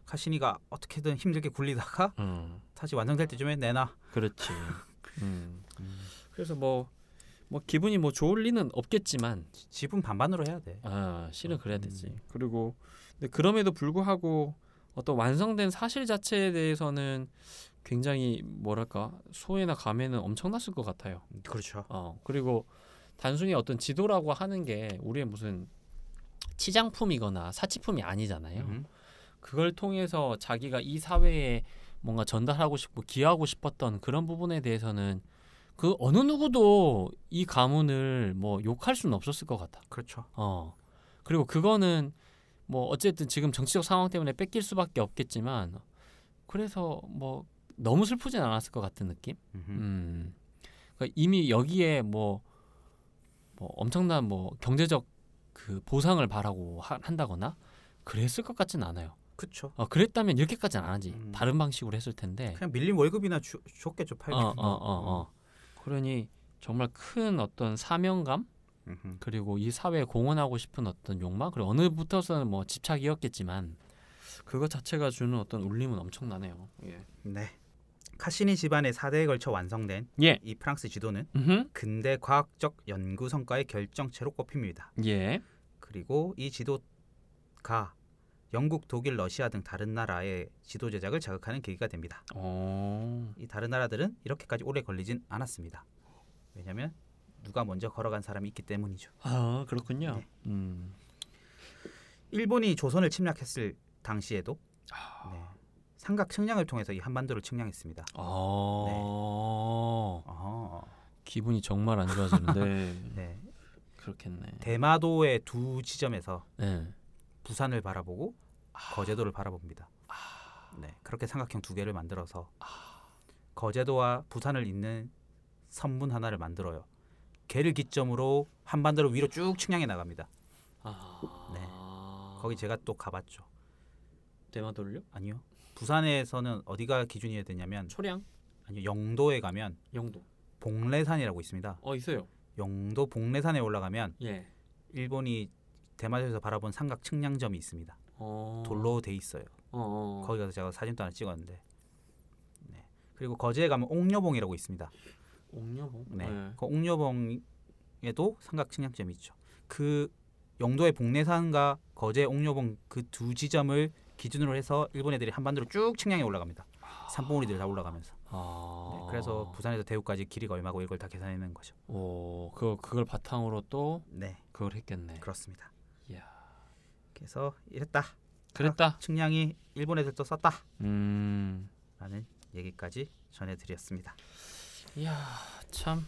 Speaker 3: 카시니가 어떻게든 힘들게 굴리다가
Speaker 2: 음.
Speaker 3: 다시 완성될 때쯤에 내놔.
Speaker 2: 그렇지. 음. 그래서 뭐 뭐 기분이 뭐 좋을 리는 없겠지만
Speaker 3: 지- 지분 반반으로 해야 돼.
Speaker 2: 아, 실은 그래야 되지.
Speaker 3: 음.
Speaker 2: 그리고 근데 그럼에도 불구하고 어떤 완성된 사실 자체에 대해서는 굉장히 뭐랄까 소외나 감회는 엄청났을 것 같아요.
Speaker 3: 그렇죠.
Speaker 2: 어 그리고 단순히 어떤 지도라고 하는 게 우리의 무슨 치장품이거나 사치품이 아니잖아요.
Speaker 3: 음.
Speaker 2: 그걸 통해서 자기가 이 사회에 뭔가 전달하고 싶고 기여하고 싶었던 그런 부분에 대해서는 그 어느 누구도 이 가문을 뭐 욕할 수는 없었을 것 같아.
Speaker 3: 그렇죠.
Speaker 2: 어. 그리고 그거는 뭐 어쨌든 지금 정치적 상황 때문에 뺏길 수밖에 없겠지만 그래서 뭐 너무 슬프진 않았을 것 같은 느낌.
Speaker 3: 음흠.
Speaker 2: 음. 그러니까 이미 여기에 뭐, 뭐 엄청난 뭐 경제적 그 보상을 바라고 하- 한다거나 그랬을 것 같진 않아요.
Speaker 3: 그렇죠.
Speaker 2: 어, 그랬다면 이렇게까지는 안 하지.
Speaker 3: 음.
Speaker 2: 다른 방식으로 했을 텐데.
Speaker 3: 그냥 밀린 월급이나 주, 줬겠죠.
Speaker 2: 예. 어,
Speaker 3: 팔. 음.
Speaker 2: 어, 어, 어. 그러니 정말 큰 어떤 사명감
Speaker 3: 음흠.
Speaker 2: 그리고 이 사회에 공헌하고 싶은 어떤 욕망 그리고 어느 부터서는 뭐 집착이었겠지만 그거 자체가 주는 어떤 울림은 엄청나네요. 예.
Speaker 3: 네. 카시니 집안의 4대에 걸쳐 완성된
Speaker 2: 예.
Speaker 3: 이 프랑스 지도는
Speaker 2: 음흠.
Speaker 3: 근대 과학적 연구 성과의 결정체로 꼽힙니다.
Speaker 2: 예.
Speaker 3: 그리고 이 지도가 영국, 독일, 러시아 등 다른 나라의 지도 제작을 자극하는 계기가 됩니다.
Speaker 2: 어.
Speaker 3: 이 다른 나라들은 이렇게까지 오래 걸리진 않았습니다. 왜냐하면 누가 먼저 걸어간 사람이 있기 때문이죠.
Speaker 2: 아 그렇군요.
Speaker 3: 네.
Speaker 2: 음.
Speaker 3: 일본이 조선을 침략했을 당시에도 네, 삼각 측량을 통해서 이 한반도를 측량했습니다.
Speaker 2: 아.
Speaker 3: 어허.
Speaker 2: 기분이 정말 안 좋아지는데
Speaker 3: 네,
Speaker 2: 그렇겠네.
Speaker 3: 대마도의 두 지점에서
Speaker 2: 네.
Speaker 3: 부산을 바라보고 거제도를 바라봅니다. 네, 그렇게 삼각형 두 개를 만들어서 거제도와 부산을 잇는 선문 하나를 만들어요. 걔를 기점으로 한반도를 위로 쭉 측량해 나갑니다.
Speaker 2: 아.
Speaker 3: 거기 제가 또 가봤죠.
Speaker 2: 대마돌려?
Speaker 3: 아니요. 부산에서는 어디가 기준이 되냐면
Speaker 2: 초량?
Speaker 3: 아니요 영도에 가면
Speaker 2: 영도.
Speaker 3: 봉래산이라고 있습니다.
Speaker 2: 어 있어요.
Speaker 3: 영도 봉래산에 올라가면
Speaker 2: 예.
Speaker 3: 일본이 대마도에서 바라본 삼각 측량점이 있습니다.
Speaker 2: 어.
Speaker 3: 돌로 돼 있어요.
Speaker 2: 어, 어.
Speaker 3: 거기 가서 제가 사진도 하나 찍었는데 네. 그리고 거제에 가면 옥녀봉이라고 있습니다.
Speaker 2: 옥녀봉. 예.
Speaker 3: 네. 그 옥녀봉에도 삼각 측량점이 있죠. 그 영도의 봉내산과 거제 옥녀봉 그 두 지점을 기준으로 해서 일본 애들이 한반도로 쭉 측량해 올라갑니다. 산봉우리들 다 올라가면서.
Speaker 2: 아.
Speaker 3: 네, 그래서 부산에서 대구까지 길이가 얼마고 이걸 다 계산해낸 거죠.
Speaker 2: 오, 그 그걸 바탕으로 또
Speaker 3: 네,
Speaker 2: 그걸 했겠네.
Speaker 3: 그렇습니다.
Speaker 2: 이야.
Speaker 3: 그래서 이랬다.
Speaker 2: 그랬다.
Speaker 3: 측량이 일본 애들도 썼다.
Speaker 2: 음.
Speaker 3: 라는 얘기까지 전해드렸습니다.
Speaker 2: 이야, 참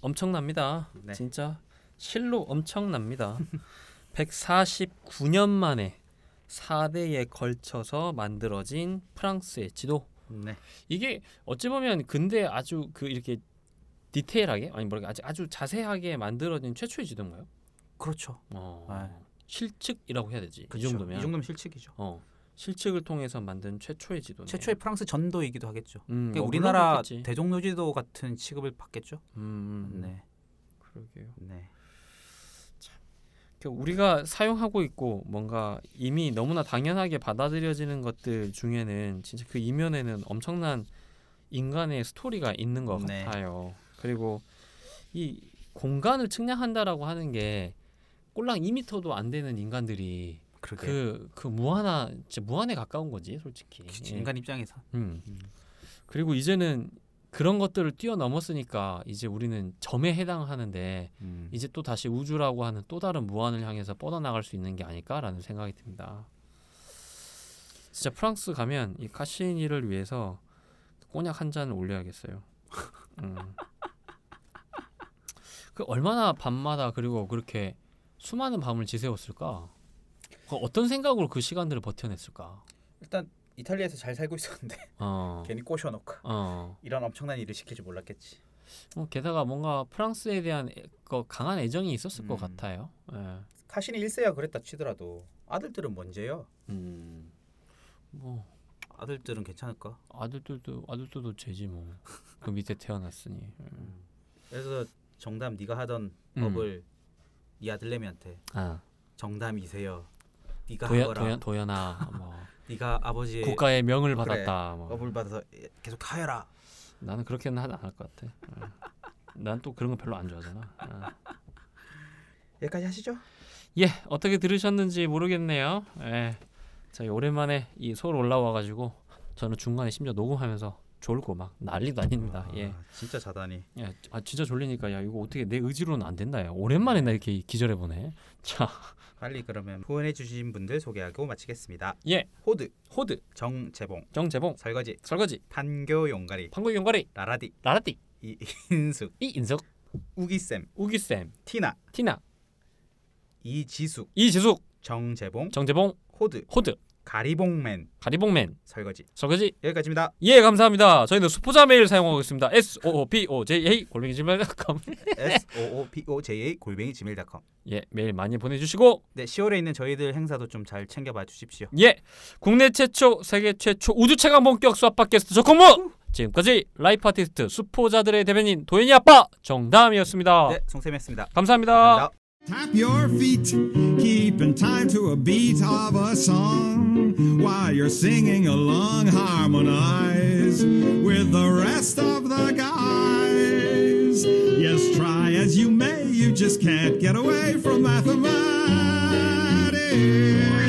Speaker 2: 엄청납니다.
Speaker 3: 네.
Speaker 2: 진짜 실로 엄청납니다. 149년 만에 4대에 걸쳐서 만들어진 프랑스의 지도.
Speaker 3: 네.
Speaker 2: 이게 어찌 보면 근데 아주 그 이렇게 디테일하게 아니 뭐랄까 아주 아주 자세하게 만들어진 최초의 지도인가요?
Speaker 3: 그렇죠.
Speaker 2: 어.
Speaker 3: 아.
Speaker 2: 실측이라고 해야 되지. 이
Speaker 3: 그렇죠.
Speaker 2: 정도면.
Speaker 3: 이 정도면 실측이죠.
Speaker 2: 어. 실측을 통해서 만든 최초의 지도네.
Speaker 3: 최초의 프랑스 전도이기도 하겠죠.
Speaker 2: 음,
Speaker 3: 그게
Speaker 2: 어, 물론
Speaker 3: 우리나라
Speaker 2: 그렇겠지.
Speaker 3: 대종로지도 같은 취급을 받겠죠.
Speaker 2: 음, 음, 네.
Speaker 3: 네,
Speaker 2: 그러게요.
Speaker 3: 네,
Speaker 2: 그 우리가 사용하고 있고 뭔가 이미 너무나 당연하게 받아들여지는 것들 중에는 진짜 그 이면에는 엄청난 인간의 스토리가 있는 것
Speaker 3: 네.
Speaker 2: 같아요. 그리고 이 공간을 측량한다라고 하는 게 꼴랑 2미터도 안 되는 인간들이
Speaker 3: 그러게.
Speaker 2: 그 그 무한하 진짜 무한에 가까운 거지 솔직히.
Speaker 3: 그치,
Speaker 2: 예.
Speaker 3: 인간 입장에서
Speaker 2: 음.
Speaker 3: 음.
Speaker 2: 그리고 이제는 그런 것들을 뛰어넘었으니까 이제 우리는 점에 해당하는데 이제 또 다시 우주라고 하는 또 다른 무한을 향해서 뻗어나갈 수 있는 게 아닐까라는 생각이 듭니다. 진짜 프랑스 가면 이 카시니를 위해서 꼬냑 한 잔을 올려야겠어요. 음. 그 얼마나 밤마다 그리고 그렇게 수많은 밤을 지새웠을까? 그 어떤 생각으로 그 시간들을 버텨냈을까?
Speaker 3: 일단 이탈리아에서 잘 살고 있었는데
Speaker 2: 어.
Speaker 3: 괜히 꼬셔놓고
Speaker 2: 어.
Speaker 3: 이런 엄청난 일을 시킬 줄 몰랐겠지.
Speaker 2: 어, 게다가 뭔가 프랑스에 대한 애- 그 강한 애정이 있었을 것
Speaker 3: 음.
Speaker 2: 같아요. 예.
Speaker 3: 카신이 일세야 그랬다 치더라도 아들들은 뭔제요?
Speaker 2: 뭐
Speaker 3: 아들들은 괜찮을까?
Speaker 2: 아들들도 아들들도 죄지 뭐. 그 밑에 태어났으니. 음.
Speaker 3: 그래서 정담 네가 하던
Speaker 2: 음.
Speaker 3: 업을 네 아들내미한테
Speaker 2: 아
Speaker 3: 정담이세요.
Speaker 2: 도연
Speaker 3: 네가 그러니까 하거라.
Speaker 2: 도연 도연아 뭐
Speaker 3: 네가 아버지의
Speaker 2: 국가의 명을
Speaker 3: 그래. 어.
Speaker 2: 받았다. 뭐.
Speaker 3: 업을 받아서 예, 계속 하여라.
Speaker 2: 나는 그렇게는 하지 않을 것 같아. 예. 난 또 그런 거 별로 안 좋아하잖아. 예.
Speaker 3: 여기까지 하시죠.
Speaker 2: 예, 어떻게 들으셨는지 모르겠네요. 예. 저희 오랜만에 이 서울 올라와 가지고 저는 중간에 심지어 녹음하면서 졸고 막 난리도 아닙니다. 예.
Speaker 3: 아, 진짜 자다니.
Speaker 2: 야, 아 진짜 졸리니까 야 이거 어떻게 내 의지로는 안 된다. 야 오랜만에 나 이렇게 기절해 보네. 자,
Speaker 3: 빨리 그러면 후원해 주신 분들 소개하고 마치겠습니다.
Speaker 2: 예,
Speaker 3: 호드,
Speaker 2: 호드,
Speaker 3: 정재봉,
Speaker 2: 정재봉,
Speaker 3: 설거지,
Speaker 2: 설거지,
Speaker 3: 판교 용가리,
Speaker 2: 판국 연거리,
Speaker 3: 라라디,
Speaker 2: 라라띠,
Speaker 3: 이- 인숙,
Speaker 2: 이인석,
Speaker 3: 우기쌤,
Speaker 2: 우기쌤,
Speaker 3: 티나,
Speaker 2: 티나,
Speaker 3: 이지숙,
Speaker 2: 이지숙,
Speaker 3: 정재봉,
Speaker 2: 정재봉,
Speaker 3: 호드,
Speaker 2: 호드,
Speaker 3: 가리봉맨
Speaker 2: 가리봉맨,
Speaker 3: 설거지
Speaker 2: 설거지.
Speaker 3: 여기까지입니다.
Speaker 2: 예, 감사합니다. 저희는 수포자 메일 사용하고 있습니다. S O O P O J A 골뱅이 gmail.com.
Speaker 3: S O O P O J A 골뱅이 지밀닷컴.
Speaker 2: 예, 메일 많이 보내주시고
Speaker 3: 네, 10월에 있는 저희들 행사도 좀 잘 챙겨봐 주십시오.
Speaker 2: 예, 국내 최초, 세계 최초 우주 최강 본격 수학 팟캐스트 조건부. 지금까지 라이프 아티스트 수포자들의 대변인 도현이 아빠 정다음이었습니다.
Speaker 3: 네, 송쌤이었습니다.
Speaker 2: 어. 감사합니다.
Speaker 3: 감사합니다.
Speaker 5: Tap your feet, keeping time to a beat of a song while you're singing along. Harmonize with the rest of the guys. Yes, try as you may, you just can't get away from mathematics.